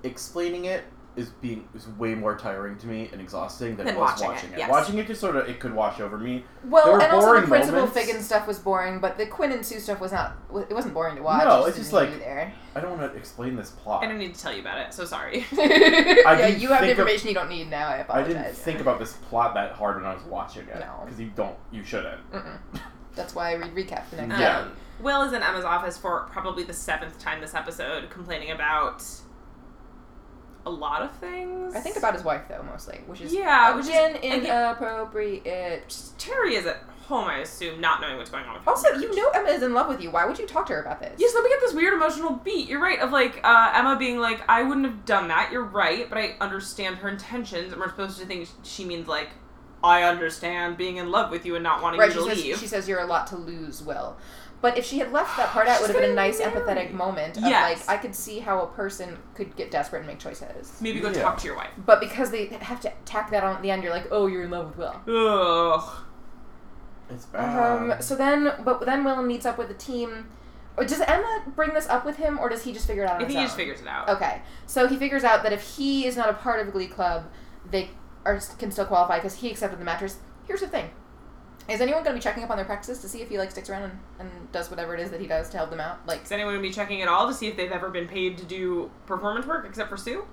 S1: explaining it is being is way more tiring to me and exhausting than,
S2: Than
S1: it was
S2: watching
S1: watching,
S2: it,
S1: it.
S2: yes.
S1: Watching it just sort of it could wash over me. There
S3: well,
S1: were
S3: and also the
S1: boring
S3: principal
S1: moments.
S3: Figgin stuff was boring, but the Quinn and Sue stuff was not. It wasn't boring to watch.
S1: No,
S3: it
S1: it's just
S3: didn't need
S1: like-
S3: to be there.
S1: I don't want to explain this plot.
S2: I don't need to tell you about it, so sorry.
S3: yeah,
S1: didn't
S3: you have
S1: think of-
S3: information you don't need now. I
S1: I
S3: apologize.
S1: didn't think about this plot that hard when I was watching it.
S3: No.
S1: Because you don't, you shouldn't.
S3: Mm-mm. That's why I read recap the next
S1: Yeah.
S3: day.
S2: Um, Will is in Emma's office for probably the seventh time this episode, complaining about a lot of things.
S3: I think about his wife though mostly, which is
S2: Yeah, which is-
S3: again
S2: again-
S3: inappropriate.
S2: Terry is at home, I assume, not knowing what's going on with her.
S3: Also, you know Emma is in love with you. Why would you talk to her about this?
S2: Yes, then we get this weird emotional beat. You're right, of like uh, Emma being like, I wouldn't have done that. You're right, but I understand her intentions, and we're supposed to think she means like, I understand being in love with you and not wanting
S3: right.
S2: you
S3: She
S2: to
S3: says,
S2: leave.
S3: she says you're a lot to lose, Will. But if she had left that part out, it would
S2: She's
S3: have been
S2: getting
S3: a nice
S2: married.
S3: empathetic moment. Of
S2: Yes.
S3: like I could see how a person could get desperate and make choices.
S2: Maybe go
S1: Yeah.
S2: talk to your wife.
S3: But because they have to tack that on at the end, you're like, oh, you're in love with Will.
S2: Ugh.
S1: It's
S3: Um,
S1: bad.
S3: so then, but then Will meets up with the team. Or Does Emma bring this up with him, or does he just figure it out on
S2: I think
S3: his
S2: he
S3: own?
S2: just figures it out.
S3: Okay, so he figures out that if he is not a part of Glee Club, they are can still qualify because he accepted the mattress. Here's the thing: is anyone going to be checking up on their practices to see if he like sticks around and, and does whatever it is that he does to help them out? Like,
S2: Is anyone gonna be checking at all to see if they've ever been paid to do performance work except for Sue?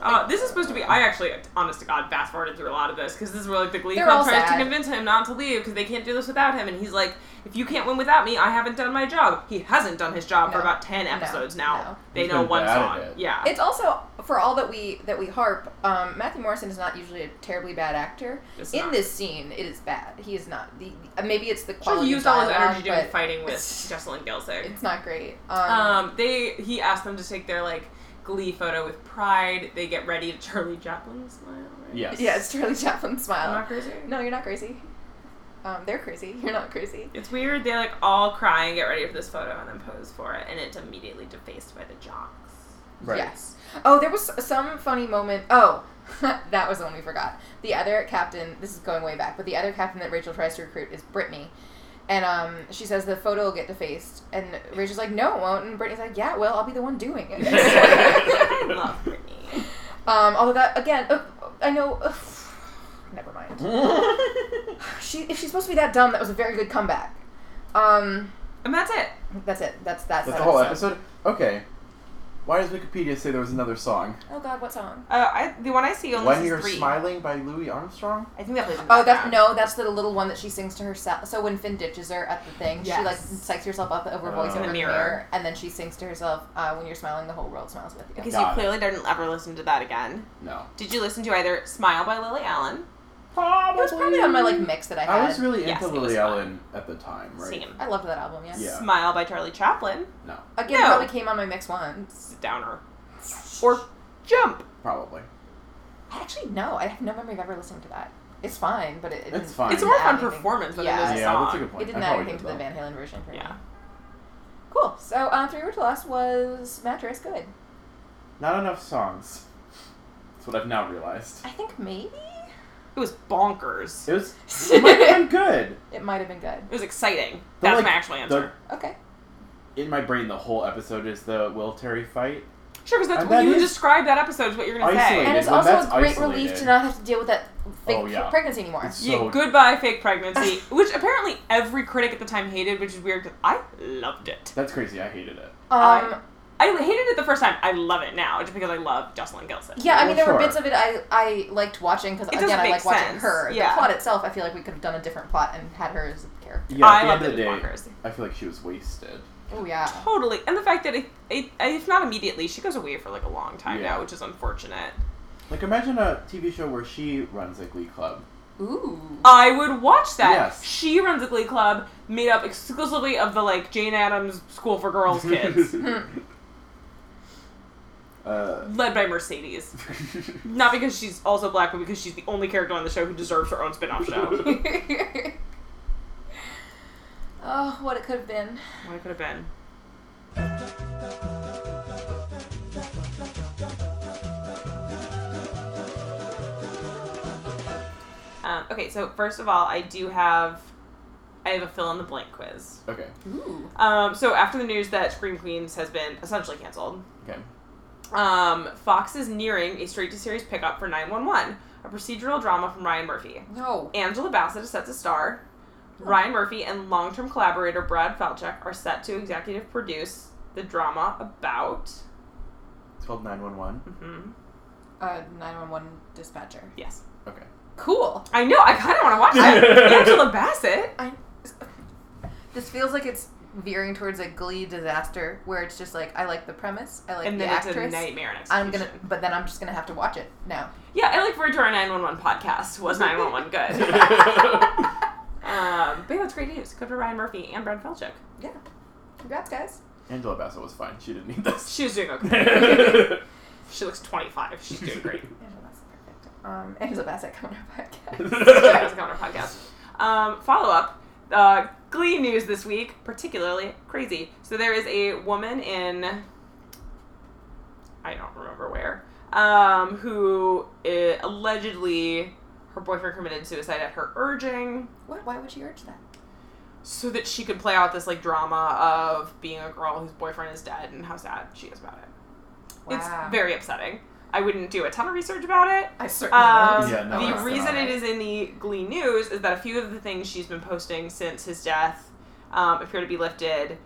S2: Uh, this is supposed to be. I actually, honest to God, fast forwarded through a lot of this because this is where like the Glee
S3: They're all
S2: Club tries
S3: sad.
S2: to convince him not to leave because they can't do this without him, and he's like, "If you can't win without me, I haven't done my job." He hasn't done his job for
S3: No.
S2: about ten episodes now.
S3: no.
S2: They
S1: He's
S2: know
S1: been
S2: one
S1: bad at
S2: song.
S1: it.
S2: Yeah,
S3: it's also for all that we that we harp. Um, Matthew Morrison is not usually a terribly bad actor.
S2: It's
S3: In
S2: not.
S3: this scene, it is bad. He is not. The, uh, maybe it's the
S2: Should
S3: quality.
S2: have used all his energy
S3: doing
S2: doing fighting with Jesselyn Gilsig.
S3: It's not great. Um,
S2: Um, they he asked them to take their like Glee photo with pride. They get ready to Charlie Chaplin smile. Right?
S1: Yes.
S3: yeah, it's Charlie Chaplin
S2: I'm
S3: smile.
S2: not crazy.
S3: No, you're not crazy. Um, they're crazy. You're not crazy.
S2: It's weird. They like all cry and get ready for this photo and then pose for it, and it's immediately defaced by the jocks.
S1: Right.
S3: Yes. Oh, there was some funny moment. Oh, that was the one we forgot. The other captain. This is going way back, but the other captain that Rachel tries to recruit is Brittany, and um, she says the photo will get defaced, and Rachel's like, "No, it won't," and Brittany's like, "Yeah, well, I'll be the one doing it."
S2: I love Britney.
S3: um, although that again, uh, I know. Uh, never mind. She if she's supposed to be that dumb, that was a very good comeback. Um,
S2: And that's it.
S3: that's it. That's that's,
S1: That's
S3: that
S1: the whole episode? Okay. Why does Wikipedia say there was another song?
S3: Oh God, what song?
S2: Uh, I, the one I see only
S1: When
S2: is
S1: You're
S2: three.
S1: Smiling by Louis Armstrong?
S2: I think that plays. in the
S3: Oh, that's
S2: background.
S3: no, that's the little one that she sings to herself. So when Finn ditches her at the thing, she
S2: Yes.
S3: like psychs herself up over
S1: Oh.
S3: voice
S1: In
S3: over
S1: the
S3: the mirror.
S2: mirror.
S3: and then she sings to herself, uh, "When you're smiling, the whole world smiles with you."
S2: Because
S1: Got
S2: you
S1: it.
S2: clearly didn't ever listen to that again.
S1: No.
S2: Did you listen to either "Smile" by Lily Allen?
S3: It was probably on my like mix that I had.
S1: I was really
S2: Yes,
S1: into
S2: it was
S1: Lily
S2: fun.
S1: Allen at the time, right?
S2: Same.
S3: I loved that album. Yeah.
S1: Yeah.
S2: "Smile" by Charlie Chaplin.
S1: No,
S3: Again,
S2: No.
S3: probably came on my mix once.
S2: It's a downer. Or "Jump."
S1: probably.
S3: I actually no, I have no memory of ever listening to that. It's fine, but it, it
S1: It's
S3: didn't-
S1: fine.
S2: It's more
S3: add
S2: fun
S3: anything.
S2: performance than
S3: Yeah.
S2: it
S1: Yeah,
S2: is
S1: that's a
S2: song.
S1: good point.
S3: It didn't
S1: I
S3: add
S1: probably
S3: anything to
S1: did
S3: the
S1: that.
S3: Van Halen version for me.
S2: Yeah.
S3: Cool. So uh, three word to last was mattress good.
S1: Not enough songs. That's what I've now realized.
S3: I think maybe
S2: It was bonkers.
S1: It was. It might have been good.
S3: it might have been good.
S2: It was exciting.
S1: But,
S2: That's
S1: like,
S2: my actual answer.
S3: Okay.
S1: in my brain, the whole episode is the Will Terry fight.
S2: Sure, because that's
S1: And
S2: what
S1: that
S2: you
S1: is-
S2: describe that episode is what you're gonna say.
S1: Isolated.
S3: And
S1: It
S3: it's
S1: is. When
S3: also a
S1: that's
S3: great
S1: isolated-
S3: relief to not have to deal with that fake
S1: Oh, yeah.
S3: pregnancy anymore.
S1: It's
S2: Yeah,
S1: so
S2: goodbye fake pregnancy, which apparently every critic at the time hated, which is weird because I loved it.
S1: That's crazy. I hated it.
S3: Um,
S2: I hated it the first time. I love it now, just because I love Jocelyn Gilson.
S3: yeah, I
S1: Well,
S3: mean, there were
S1: sure.
S3: bits of it I, I liked watching because,
S2: It doesn't
S3: again, I
S2: make
S3: like watching
S2: sense.
S3: her. The
S2: Yeah.
S3: plot itself, I feel like we could have done a different plot and had her as a character.
S1: Yeah, at
S2: I
S1: the
S2: loved
S1: end of the
S2: it.
S1: day,
S2: It's bonkers.
S1: I feel like she was wasted.
S3: Oh, yeah.
S2: Totally, and the fact that it, it, if not immediately, she goes away for like a long time
S1: Yeah.
S2: now, which is unfortunate.
S1: Like imagine a TV show where she runs a glee club.
S3: Ooh.
S2: I would watch that.
S1: Yes.
S2: She runs a glee club made up exclusively of the like Jane Addams School for Girls kids,
S1: uh,
S2: led by Mercedes. Not because she's also black, but because she's the only character on the show who deserves her own spin-off show.
S3: um, Oh, what it could have been.
S2: What it could have been. Um, okay, so first of all, I do have, I have a fill in the blank quiz.
S1: Okay.
S3: Ooh.
S2: Um, so after the news that Scream Queens has been essentially canceled,
S1: Okay.
S2: um, Fox is nearing a straight to series pickup for 911, a procedural drama from Ryan Murphy.
S3: No.
S2: Angela Bassett is set to star. Ryan Murphy and long term collaborator Brad Falchuk are set to executive produce the drama about.
S1: It's called 911.
S2: hmm
S3: Uh, 911 dispatcher.
S2: Yes.
S1: Okay.
S3: Cool.
S2: I know, I kind of want to watch that. Angela Bassett.
S3: I. This feels like it's veering towards a Glee disaster, where it's just like I like the premise, I like
S2: and
S3: the
S2: then
S3: actress.
S2: it's a nightmare in
S3: I'm gonna,
S2: execution.
S3: but then I'm just gonna have to watch it now.
S2: Yeah, I look forward to our 911 podcast. Was 911 good? um, but yeah, that's great news. Good for Ryan Murphy and Brad Falchuk.
S3: Yeah. Congrats, guys.
S1: Angela Bassett was fine. She didn't need this.
S2: She was doing okay.
S1: Angela
S2: she looks 25. She's doing great.
S3: Angela Bassett, perfect. Um, Angela Bassett coming up podcast.
S2: Sorry, I was going on our podcast. Um, follow up. Uh, Glee news this week, particularly crazy. So there is a woman in, I don't remember where, um, who uh, allegedly her boyfriend committed suicide at her urging,
S3: What? Why would she urge that?
S2: so that she could play out this like drama of being a girl whose boyfriend is dead and how sad she is about it.
S3: Wow.
S2: It's very upsetting. I wouldn't do a ton of research about it.
S3: I certainly.
S2: Um,
S3: won't.
S1: Yeah, no,
S3: I
S2: the
S3: won't.
S1: it's
S2: reason
S1: not.
S2: it is in the Glee news is that a few of the things she's been posting since his death um, appear to be lifted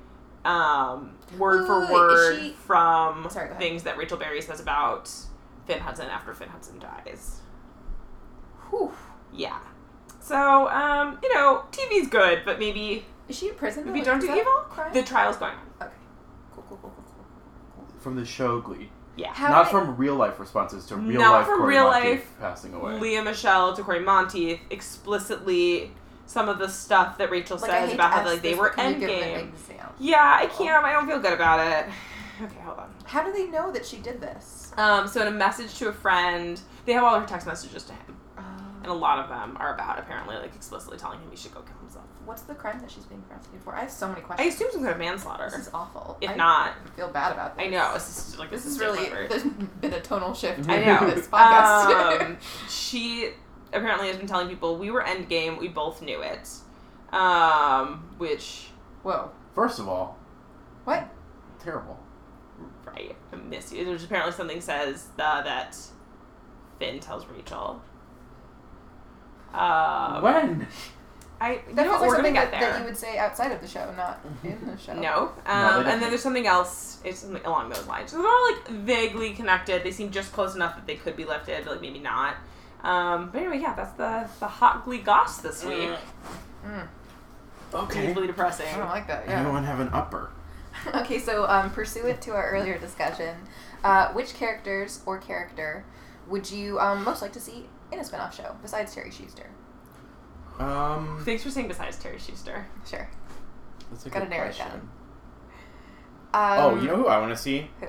S2: um, word
S3: Wait,
S2: for
S3: wait, wait,
S2: word
S3: is she-
S2: from
S3: Sorry, go ahead.
S2: things that Rachel Berry says about Finn Hudson after Finn Hudson dies.
S3: Whew.
S2: Yeah. So, um, you know, TV's good, but maybe
S3: Is she in prison?
S2: maybe
S3: though?
S2: don't
S3: Is
S2: do
S3: that
S2: evil.
S3: crime?
S2: The trial's going on.
S3: Okay. Cool, cool, cool, cool, cool.
S1: from the show Glee.
S2: Yeah.
S3: How
S1: Not
S3: did-
S1: from real life responses to real
S2: Not
S1: life
S2: from
S1: Cory
S2: real
S1: Monteith
S2: life.
S1: passing away.
S2: Leah Michelle to Corey Monteith explicitly some of the stuff that Rachel
S3: Like, I
S2: says
S3: hate
S2: about
S3: to
S2: how
S3: ask
S2: like they
S3: this,
S2: were
S3: but can you give an
S2: endgame.
S3: example?
S2: Yeah, I can't. I don't feel good about it. Okay, hold on.
S3: How do they know that she did this?
S2: Um, so in a message to a friend, they have all her text messages to him, and a lot of them are about apparently like explicitly telling him he should go kill himself.
S3: What's the crime that she's being prosecuted for? I have so many
S2: I
S3: questions.
S2: assume some kind of
S3: This
S2: manslaughter.
S3: is awful.
S2: If
S3: I
S2: not,
S3: feel bad about this.
S2: I know this is like
S3: This
S2: this
S3: is really
S2: different.
S3: there's been a tonal shift.
S1: I
S3: in
S2: know.
S3: this podcast.
S2: Um, she apparently has been telling people we were endgame. We both knew it. Um, which
S3: Whoa,
S1: First of all,
S3: what?
S1: terrible.
S2: right, I miss you. There's apparently something says uh, that Finn tells Rachel. Um,
S1: when?
S2: I you
S3: That
S2: know what,
S3: feels like
S2: we're gonna
S3: something
S2: get
S3: that,
S2: there.
S3: that you would say outside of the show, not in the show.
S2: no,
S1: No,
S2: um,
S1: they
S2: and then
S1: don't.
S2: there's something else. It's something along those lines. So they're all like vaguely connected. They seem just close enough that they could be lifted, but like maybe not. Um, but anyway, yeah, that's the the hot glee goss this week.
S3: Mm,
S1: Okay.
S2: It's really depressing.
S3: I don't like that. Yeah.
S1: Anyone have an upper?
S3: okay, so um, pursuant to our earlier discussion, uh, which characters or character would you um, most like to see in a spin-off show besides Terry Schuster?
S1: Um,
S2: Thanks for saying. Besides Terry Schuster,
S3: Sure.
S1: that's a
S3: Gotta
S1: good
S3: narrow it
S1: question.
S3: down. Um,
S1: oh, you know who I want to see?
S3: who?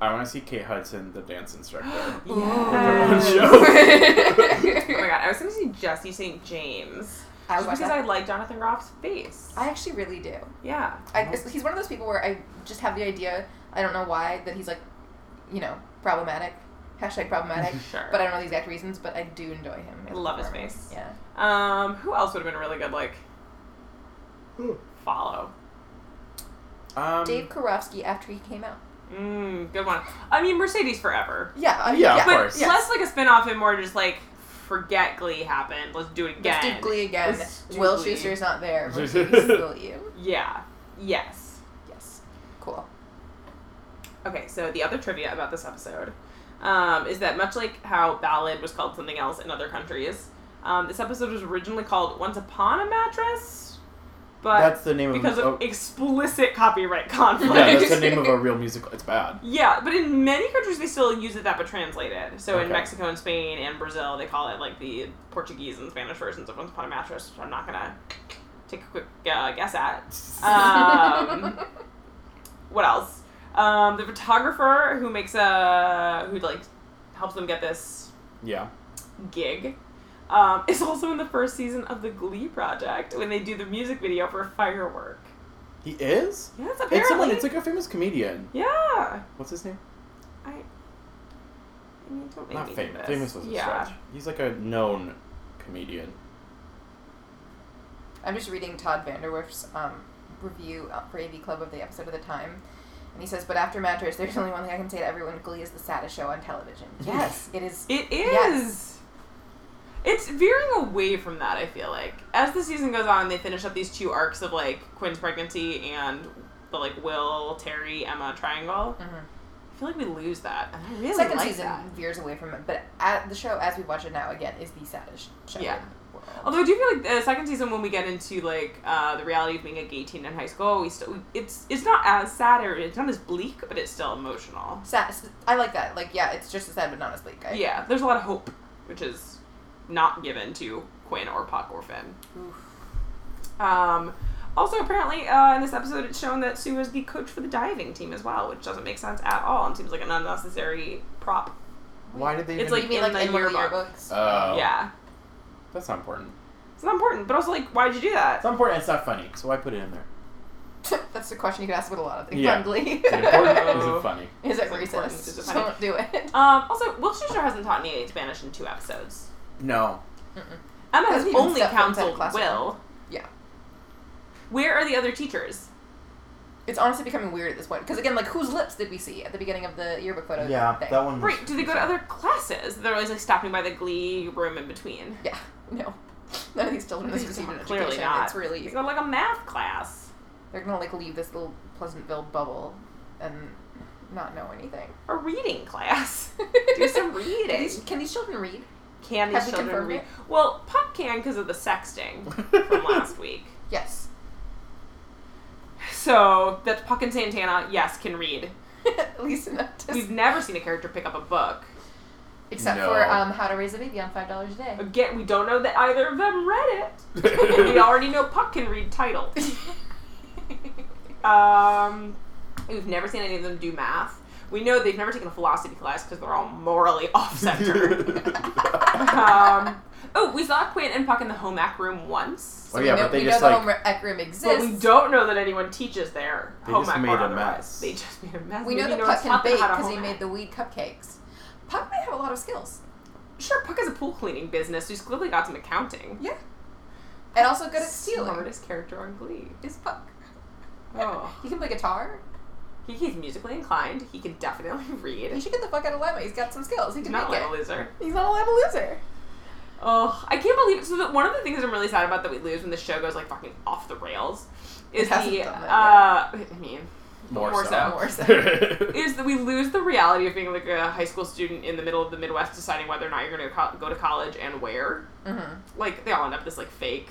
S1: I want to see Kate Hudson, the dance instructor.
S2: Yes. oh my
S3: Yes.
S2: god, I was gonna see Jesse St. James
S3: I
S2: just
S3: would watch
S2: because
S3: that.
S2: I like Jonathan Roth's face.
S3: I actually really do.
S2: yeah,
S3: I, he's one of those people where I just have the idea. I don't know why that he's like, you know, problematic. Hashtag problematic.
S2: sure.
S3: but I don't know the exact reasons. But I do enjoy him.
S2: I love his
S3: performance.
S2: face.
S3: Yeah.
S2: um, who else would have been really good? Like, follow.
S1: Um,
S3: Dave Karofsky after he came out.
S2: Mm, good one. I mean, Mercedes forever.
S3: Yeah. I-
S1: Yeah, of
S2: But
S1: course.
S3: Yes.
S2: less like a spin off and more just like forget Glee happened. Let's do it again.
S3: Let's do Glee again.
S2: Let's do
S3: Will
S2: Glee.
S3: Schuster's not there. We're gonna steal you.
S2: Yeah. Yes.
S3: Yes. Cool.
S2: Okay, so the other trivia about this episode um, is that much like how Ballad was called something else in other countries, um, this episode was originally called Once Upon a Mattress, but
S1: that's the name
S2: because
S1: of.
S2: of
S1: oh,
S2: explicit copyright conflict.
S1: yeah, that's the name of a real musical. It's bad.
S2: Yeah, but in many countries they still use it that but translated. So in
S1: Okay.
S2: Mexico and Spain and Brazil they call it like the Portuguese and Spanish versions of Once Upon a Mattress, which I'm not gonna take a quick uh, guess at. Um, what else? Um, the photographer who makes a who like helps them get this
S1: yeah.
S2: gig um, is also in the first season of the Glee Project when they do the music video for Firework.
S1: He is?
S2: Yes,
S1: It's
S2: apparently.
S1: someone, it's like a famous comedian.
S2: yeah.
S1: What's his name?
S2: I. I mean, don't make
S1: Not
S2: me do
S1: famous.
S2: this.
S1: Famous was a
S2: yeah.
S1: stretch. He's like a known comedian.
S3: I'm just reading Todd Vanderwerf's um, review up for AV Club of the episode of the time. And he says, but after Mattress, there's only one thing I can say to everyone Glee is the saddest show on television. Yes, it is.
S2: It is.
S3: Yes.
S2: It's veering away from that, I feel like. As the season goes on, they finish up these two arcs of like Quinn's pregnancy and the like Will, Terry, Emma triangle.
S3: Mhm.
S2: I feel like we lose that. And I really
S3: Second
S2: like
S3: season
S2: that.
S3: veers away from it, but at the show as we watch it now again is the saddest show.
S2: Yeah.
S3: in the world.
S2: Although I do feel like the second season, when we get into like uh, the reality of being a gay teen in high school, we still it's it's not as sad or it's not as bleak, but it's still emotional.
S3: Sad, I like that. Like, yeah, it's just as sad, but not as bleak. I,
S2: Yeah, there's a lot of hope, which is not given to Quinn or Puck or Finn. Um, also, apparently, uh, in this episode, it's shown that Sue is the coach for the diving team as well, which doesn't make sense at all and seems like an unnecessary prop.
S1: Why did they
S2: It's
S1: even-
S3: You mean like
S2: In the
S3: in one of the
S2: yearbook.
S3: yearbooks?
S1: Oh.
S2: Yeah.
S1: That's not important.
S2: It's not important, but also, like, why'd you do
S1: It's
S2: that?
S1: not important. It's not funny, so why put it in there?
S3: That's the question you could ask about a lot of things.
S1: Yeah.
S3: on Glee.
S1: Is it important?
S2: No.
S1: Is it funny?
S3: Is
S2: It's
S3: it
S2: important. Is it
S3: racist?
S2: funny?
S3: Don't do it.
S2: Um, also, Will Schuster hasn't taught Nene Spanish in two episodes.
S1: No.
S2: Emma has
S3: Hasn't even
S2: only
S3: stepped inside a
S2: counseled
S3: classroom.
S2: Will.
S3: Yeah.
S2: Where are the other teachers?
S3: It's honestly becoming weird at this point. Because again, like whose lips did we see at the beginning of the yearbook photo? thing?
S1: one.
S2: Right, do they go to other classes? They're always, like, stopping by the Glee room in between.
S3: Yeah. No. None of these children have received an
S2: Clearly
S3: education.
S2: not.
S3: It's really
S2: They go to, like, a math class.
S3: they're gonna like leave this little Pleasantville bubble and not know anything.
S2: A reading class. Do some reading.
S3: Can these, can these children read?
S2: Can
S3: Have
S2: these
S3: we
S2: children
S3: confirmed
S2: read?
S3: it?
S2: Well, Puck can because of the sexting from last week.
S3: Yes.
S2: So that's Puck and Santana. Yes, can read.
S3: at least enough to
S2: We've never seen a character pick up a book.
S3: except
S1: No.
S3: for um, how to raise a baby on five dollars a day.
S2: Again, we don't know that either of them read it. we
S1: other.
S2: already know Puck can read titles. Um, we've never seen any of them do math. We know they've never taken a philosophy class because they're all morally off center. um, oh, we saw Quinn and Puck in the home ec room once.
S1: oh yeah,
S3: we know,
S1: but they
S3: we
S1: just
S3: know
S1: like
S3: the home ec room exists.
S2: But we don't know that anyone teaches there. Oh
S1: They
S2: home
S1: just
S2: ec or
S1: made a
S2: otherwise.
S1: mess.
S2: They just made a mess.
S3: We know
S2: Maybe
S3: that
S2: no
S3: Puck
S2: one's
S3: can
S2: taught them
S3: bake
S2: how to
S3: because he
S2: home
S3: made
S2: ec.
S3: the weed cupcakes. Puck might have a lot of skills.
S2: Sure, Puck has a pool cleaning business. He's clearly got some accounting.
S3: Yeah. And also good at stealing.
S2: Smartest character on Glee.
S3: Is Puck.
S2: Oh,
S3: He can play guitar.
S2: he, he's musically inclined. He can definitely
S3: He
S2: read.
S3: should get the fuck out of Lima. He's got some skills. He
S2: He's
S3: can
S2: not
S3: make
S2: like
S3: it.
S2: a loser.
S3: He's not a liable loser.
S2: Oh, I can't believe it. So that one of the things I'm really sad about that we lose when the show goes like fucking off the rails is
S3: It hasn't
S2: the
S3: done that
S2: uh, I mean,
S1: more,
S2: More so.
S1: so.
S3: More so.
S2: is that we lose the reality of being like a high school student in the middle of the Midwest, deciding whether or not you're going to co- go to college and where.
S3: Mm-hmm.
S2: Like they all end up at this like fake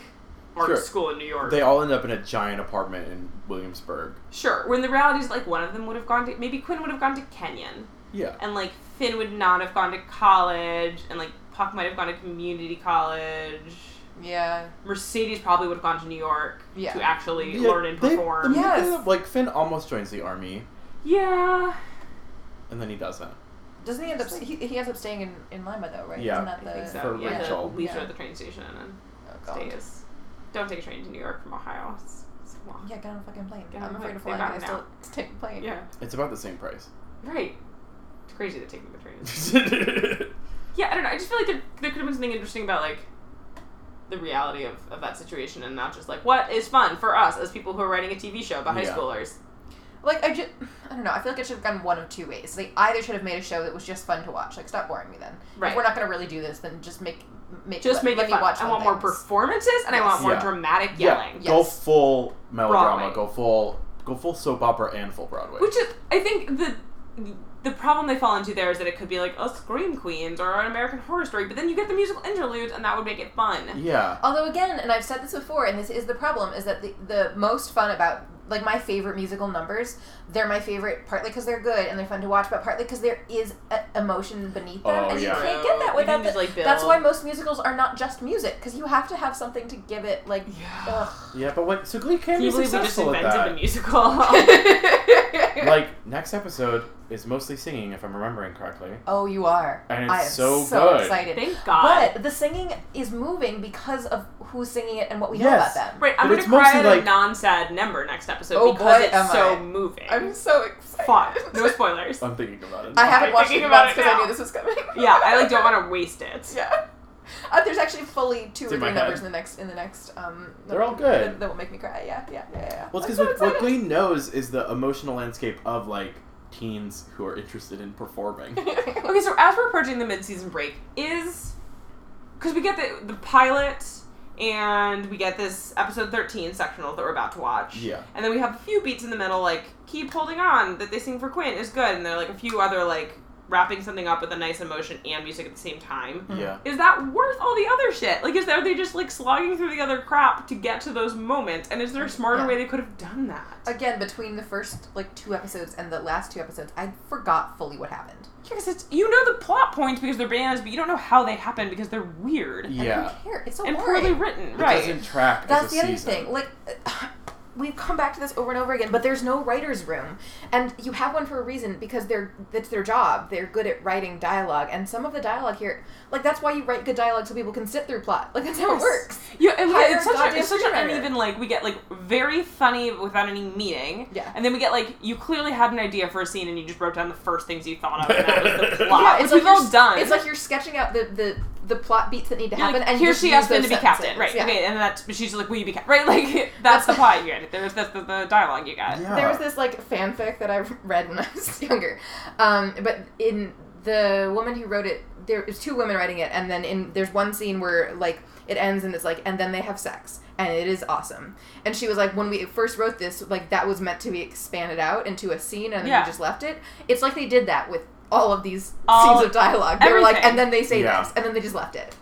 S2: art
S1: Sure.
S2: school in New York.
S1: they all end up in a giant apartment in Williamsburg.
S2: sure. When the reality is like one of them would have gone to maybe Quinn would have gone to Kenyon,
S1: Yeah.
S2: and like Finn would not have gone to college, and like Puck might have gone to community college.
S3: Yeah.
S2: Mercedes probably would have gone to New York
S3: Yeah.
S2: to actually
S1: Yeah,
S2: learn and
S1: they-
S2: perform.
S1: the-
S3: Yes.
S1: Like Finn almost joins the army,
S2: Yeah.
S1: and then he doesn't.
S3: Doesn't he end up? He, he ends up staying in, in Lima though, right?
S1: Yeah.
S3: Isn't that
S2: I
S3: the,
S2: think so.
S1: For
S2: yeah,
S1: Rachel.
S2: the leaves her
S3: Yeah.
S2: at the train station and
S3: Oh, God.
S2: stays. Don't take a train to New York from Ohio. It's, it's a long.
S3: Yeah, get on a fucking plane.
S2: Get on
S3: I'm
S2: a
S3: afraid
S2: plane. They
S3: of flying.
S2: got
S3: I
S2: it
S3: still take a plane.
S2: Yeah.
S1: It's about the same price.
S2: Right. It's crazy that taking the train. is-
S1: yeah,
S2: yeah, I don't know. I just feel like there, there could have been something interesting about like the reality of, of that situation and not just like what is fun for us as people who are writing a TV show about high
S1: Yeah.
S2: schoolers.
S3: Like I just, I don't know. I feel like it should have gone one of two ways. They either should have made a show that was just fun to watch. Like stop boring me then.
S2: Right.
S3: If we're not gonna really do this, then just make make
S2: Just
S3: let,
S2: make
S3: let
S2: it
S3: me
S2: fun.
S3: watch.
S2: I
S3: fun
S2: want more
S3: things.
S2: performances and I want more
S1: Yeah.
S2: dramatic yelling.
S1: go
S3: Yes.
S1: full melodrama.
S2: Broadway.
S1: Go full. Go full soap opera and full Broadway.
S2: Which is, I think the the problem they fall into there is that it could be like a Scream Queens or an American Horror Story, but then you get the musical interludes, and that would make it fun.
S1: yeah.
S3: Although again, and I've said this before, and this is the problem, is that the, the most fun about like my favorite musical numbers, they're my favorite partly because they're good and they're fun to watch, but partly because there is a, emotion beneath them,
S1: Oh,
S3: and
S1: yeah.
S3: you can't get that
S2: You can
S3: without
S2: just,
S3: the,
S2: like, build.
S3: That's why most musicals are not just music because you have to have something to give it like.
S2: Yeah.
S3: Ugh.
S1: Yeah, but what? So Glee can
S2: Can you
S1: be
S2: believe we just
S1: successful at
S2: invented the
S1: that.
S2: musical?
S1: like next episode is mostly singing, if I'm remembering correctly.
S3: oh, you are.
S1: And it's
S3: I am
S1: so
S3: so,
S1: good.
S3: excited.
S2: Thank God.
S3: But the singing is moving because of who's singing it and what we know
S1: Yes.
S3: about them.
S2: right, I'm
S1: but
S2: gonna
S1: it's
S2: cry
S1: mostly
S2: at
S1: like-
S2: a non-sad number next episode
S3: Oh,
S2: because
S3: boy, am
S2: it's so
S3: I.
S2: moving.
S3: so excited.
S2: Fuck. No spoilers.
S1: I'm thinking about it.
S3: I haven't
S2: I'm
S3: watched it
S2: thinking
S3: in
S2: about
S3: months
S2: it
S3: because I
S2: now.
S3: knew this was coming.
S2: yeah, I like don't want to waste it.
S3: Yeah. Uh, there's actually fully two
S1: It's
S3: or
S1: in
S3: three
S1: my
S3: numbers
S1: head.
S3: in the next in the next. Um,
S1: They're all
S3: that-
S1: good.
S3: That, will make me cry. Yeah, yeah, yeah. yeah.
S1: Well,
S3: I'm
S1: it's
S3: so
S1: because what
S3: excited.
S1: Glee knows is the emotional landscape of like teens who are interested in performing.
S2: Okay, so as we're approaching the mid-season break, is because we get the the pilot and we get this episode thirteen sectional that we're about to watch.
S1: Yeah.
S2: And then we have a few beats in the middle, like "Keep Holding On" that they sing for Quinn is good, and there are like a few other like wrapping something up with a nice emotion and music at the same time.
S1: yeah.
S2: Is that worth all the other shit? Like, is there they just like slogging through the other crap to get to those moments? And is there a smarter
S3: Yeah.
S2: way they could have done that?
S3: Again, between the first like two episodes and the last two episodes, I forgot fully what happened.
S2: Because it's you know the plot points because they're bananas, but you don't know how they happen because they're weird.
S3: And
S1: Yeah.
S3: Who cares? It's so
S2: and
S3: boring.
S2: poorly written,
S1: It
S2: right?
S1: doesn't track.
S3: That's
S1: as
S3: the
S1: a
S3: other
S1: season.
S3: thing. Like, we've come back to this over and over again, but there's no writer's room. And you have one for a reason because they're that's their job. They're good at writing dialogue. And some of the dialogue here, like, that's why you write good dialogue so people can sit through plot. Like, that's how it
S2: Yes.
S3: works.
S2: Yeah, and we
S3: Hire
S2: get, it's
S3: a
S2: such, a,
S3: goddamn
S2: it's such an
S3: screenwriter.
S2: uneven like we get like very funny without any meaning.
S3: Yeah.
S2: And then we get like you clearly had an idea for a scene and you just wrote down the first things you thought of and that was the plot.
S1: Yeah,
S2: which we've
S3: you're
S2: all
S3: s-
S2: done.
S3: It's like you're sketching out the, the, the plot beats that need to
S2: You're
S3: happen.
S2: like,
S3: and you
S2: here
S3: just
S2: she
S3: use
S2: asked him to
S3: those
S2: be
S3: sentences.
S2: captain, right?
S3: Yeah.
S2: Okay, and that's but she's like, will you be captain? Right? Like that's the plot you get. There's that's the, the dialogue you get.
S1: Yeah.
S3: There was this like fanfic that I read when I was younger, um, but in the woman who wrote it, there is two women writing it, and then in there's one scene where like it ends and it's like, and then they have sex, and it is awesome. And she was like, when we first wrote this, like that was meant to be expanded out into a scene, and then
S2: Yeah.
S3: we just left it. It's like they did that with all of these
S2: All-
S3: scenes of dialogue. They were like,
S2: everything.
S3: and then they say
S1: Yeah.
S3: this, and then they just left it.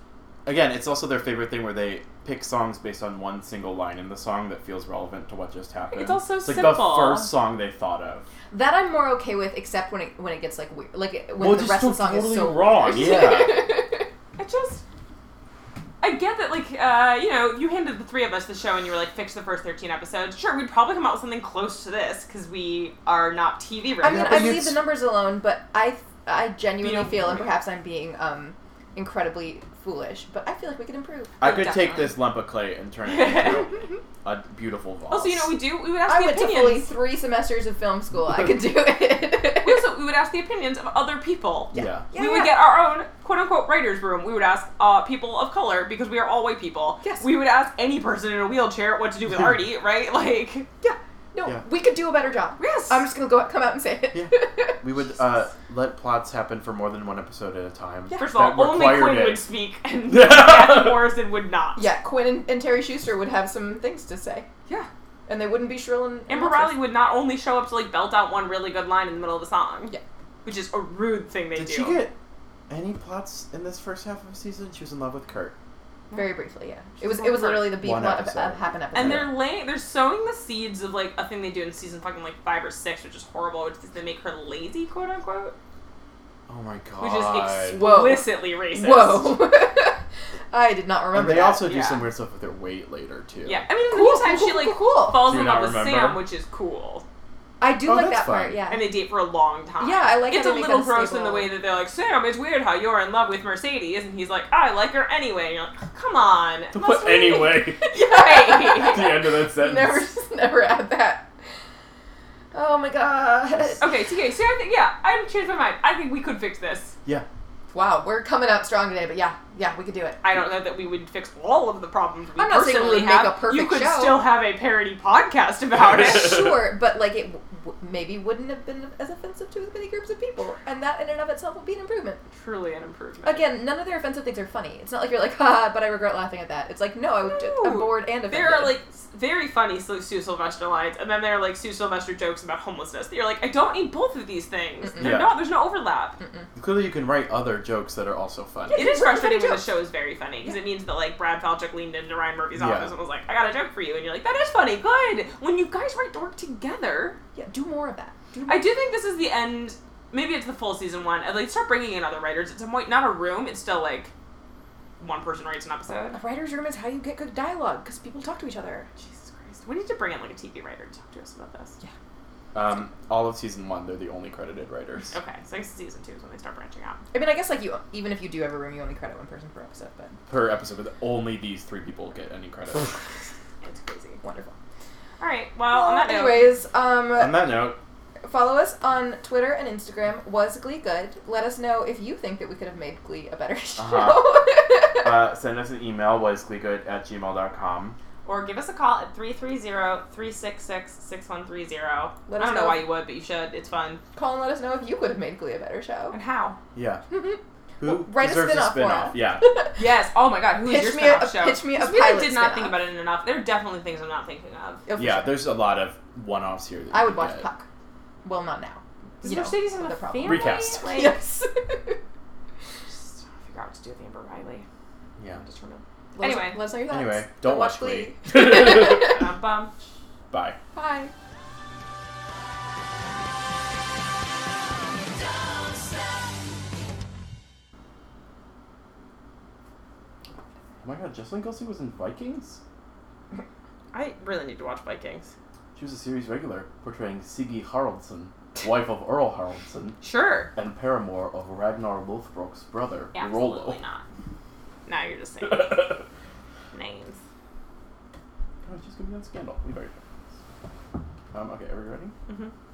S1: Again, it's also their favorite thing where they pick songs based on one single line in the song that feels relevant to what just happened.
S2: It's all so
S1: it's like the
S2: simple.
S1: first song they thought of.
S3: That I'm more okay with, except when it when it gets like weird, like when
S1: well,
S3: the
S1: just
S3: rest of the
S1: so
S3: song
S1: totally
S3: is so
S1: wrong. Yeah.
S3: Mm-hmm.
S2: It just. I get that, like, uh, you know, you handed the three of us the show and you were like, fix the first 13 episodes. Sure, we'd probably come out with something close to this because we are not TV
S3: I
S2: ready.
S3: mean,
S1: Yeah,
S3: I
S1: but
S3: leave
S1: it's-
S3: the numbers alone, but I I genuinely
S2: Being-
S3: feel, and perhaps I'm being um incredibly foolish, but I feel like we could improve.
S1: I
S2: Oh,
S1: could take
S2: definitely.
S1: this lump of clay and turn it
S3: Mm-hmm.
S1: into a beautiful vase.
S2: also, you know, we do, we would ask
S3: I
S2: the
S3: went to
S2: opinions.
S3: fully three semesters of film school. I could do it.
S2: we also, we would ask the opinions of other people.
S1: yeah.
S2: we would get our own quote unquote writer's room. We would ask uh, people of color because we are all white people.
S3: Yes.
S2: We would ask any person in a wheelchair what to do with Artie, right? Like,
S3: yeah. No,
S1: Yeah.
S3: we could do a better job.
S2: Yes.
S3: I'm just gonna go come out and say it.
S1: Yeah. We would uh, let plots happen for more than one episode at a time.
S3: Yeah.
S2: first
S1: That
S2: of all, only
S1: required
S2: Quinn
S1: it.
S2: would speak and Kathy Morrison would not.
S3: Yeah, Quinn and, and Terry Schuster would have some things to say,
S2: Yeah.
S3: and they wouldn't be shrill and.
S2: Amber Riley would not only show up to like belt out one really good line in the middle of the song,
S3: Yeah.
S2: which is a rude thing they
S1: Did
S2: do.
S1: she get any plots in this first half of the season? She was in love with Kurt.
S3: Very briefly, yeah. It was it was literally the B
S1: One
S3: plot of,
S1: episode.
S3: of half an episode.
S2: and they're laying, they're sowing the seeds of like a thing they do in season fucking like five or six, which is horrible. Which is they make her lazy, quote unquote,
S1: Oh my
S2: which
S1: god.
S2: is
S3: Whoa.
S2: explicitly racist.
S3: Whoa! I did not
S1: and
S3: remember.
S1: they
S3: that.
S1: also do
S2: yeah.
S1: some weird stuff with their weight later too.
S2: Yeah, I mean, in the
S3: Cool,
S2: meantime,
S3: cool,
S2: she
S3: cool,
S2: like
S3: cool, cool.
S2: falls
S1: Do you
S2: in
S1: not
S2: love with
S1: remember?
S2: Sam, which is cool,
S3: I do
S1: Oh,
S3: like
S1: that's
S3: that part.
S1: fun.
S3: Yeah.
S2: and they date for a long time.
S3: Yeah, I like
S2: It's
S3: how
S2: a
S3: they make
S2: little
S3: that a
S2: gross in
S3: staple.
S2: the way that they're like, Sam, it's weird how you're in love with Mercedes, and he's like, I like her anyway. And you're like, come on.
S1: But
S2: Mercedes."
S1: anyway,
S2: Right.
S1: the end of that sentence.
S3: never, never add that. Oh my god.
S2: Okay, TK, so I think, yeah, I'm changed my mind. I think we could fix this.
S1: Yeah.
S3: Wow, we're coming out strong today, but yeah, yeah, we could do it.
S2: I don't know that we would fix all of the problems we
S3: I'm not saying we
S2: personally
S3: would make
S2: have.
S3: a perfect
S2: you could
S3: show.
S2: still have a parody podcast about it.
S3: sure, but like it w- w- maybe wouldn't have been as offensive to as many groups of people, and that in and of itself would be an improvement.
S2: Truly an improvement.
S3: Again, none of their offensive things are funny. It's not like you're like, ha, but I regret laughing at that. It's like, no, I would,
S2: No.
S3: I'm bored and offended.
S2: There are like s- very funny Sue Sue Sylvester lines, and then there are like Sue Sylvester jokes about homelessness. That you're like, I don't need both of these things.
S3: Mm-mm.
S2: They're
S1: Yeah.
S2: not. There's no overlap.
S1: Clearly, you can write other jokes that are also funny.
S2: It is
S3: Really funny
S2: frustrating when the
S3: jokes.
S2: show is very funny because it means that like Brad Falchuk leaned into Ryan Murphy's
S1: Yeah.
S2: office and was like, I got a joke for you, and you're like, that is funny. Good. When you guys write to work together,
S3: yeah, do more of that. Do more.
S2: I do think this is the end. Maybe it's the full season one. I'd like start bringing in other writers. It's a mo- not a room. It's still like one person writes an
S3: a
S2: episode.
S3: writer's room is how you get good dialogue because people talk to each other.
S2: Jesus Christ, we need to bring in like a TV writer to talk to us about this.
S3: Yeah.
S1: Um, all of season one, they're the only credited writers.
S2: Okay, so I guess season two is when they start branching out.
S3: I mean, I guess like you, even if you do have a room, you only credit one person per episode, but
S1: Per episode, but only these three people get any credit.
S2: It's crazy.
S3: wonderful.
S2: All right. Well, on that note,
S3: anyways, um,
S1: On that note,
S3: follow us on Twitter and Instagram. Was Glee good? Let us know if you think that we could have made Glee a better show.
S1: Uh-huh. uh, send us an email, wasegleegood at gmail.com.
S2: or give us a call at 330-366-6130. I
S3: Let us
S2: don't know
S3: know.
S2: why you would, but you should. It's fun.
S3: Call and let us know if you could have made Glee a better show.
S2: And how?
S1: Yeah. Who
S3: Well, write a
S1: deserves
S3: spin-off for
S1: spin-off?
S3: us.
S1: Yeah.
S2: Yes. Oh my God. Who is
S3: Pitch
S2: your
S3: me a-
S2: spin-off show?
S3: pitch me a
S2: 'Cause we really
S3: pilot
S2: did not think
S3: spin-off.
S2: about it enough. There are definitely things I'm not thinking of.
S3: Oh, for
S1: Yeah,
S3: sure.
S1: there's a lot of one offs here. that
S3: I
S1: you
S3: would
S1: could
S3: watch
S1: get.
S3: Puck. Well, not now.
S2: Does
S3: You know,
S2: Mercedes
S3: with
S2: have
S3: the
S2: a
S3: problem.
S2: family?
S1: Recast.
S2: Like,
S3: Yes.
S2: Just figure out what to do with Amber Riley.
S1: Yeah.
S2: I'm just remember.
S3: Let us-
S2: Anyway.
S3: let us know your thoughts.
S1: Anyway, don't watch Glee.
S2: Um, bum.
S1: Bye.
S3: Bye.
S1: Oh my god, Jocelyn Kelsey was in Vikings?
S2: I really need to watch Vikings.
S1: She was a series regular, portraying Siggy Haraldsson, wife of Earl Haraldsson,
S2: Sure.
S1: and paramour of Ragnar Lothbrok's brother,
S2: Absolutely not. Now you're just saying
S1: Rollo. I
S2: names.
S1: was just gonna be on Scandal. We've already Um, okay, are we ready?
S2: Mm-hmm.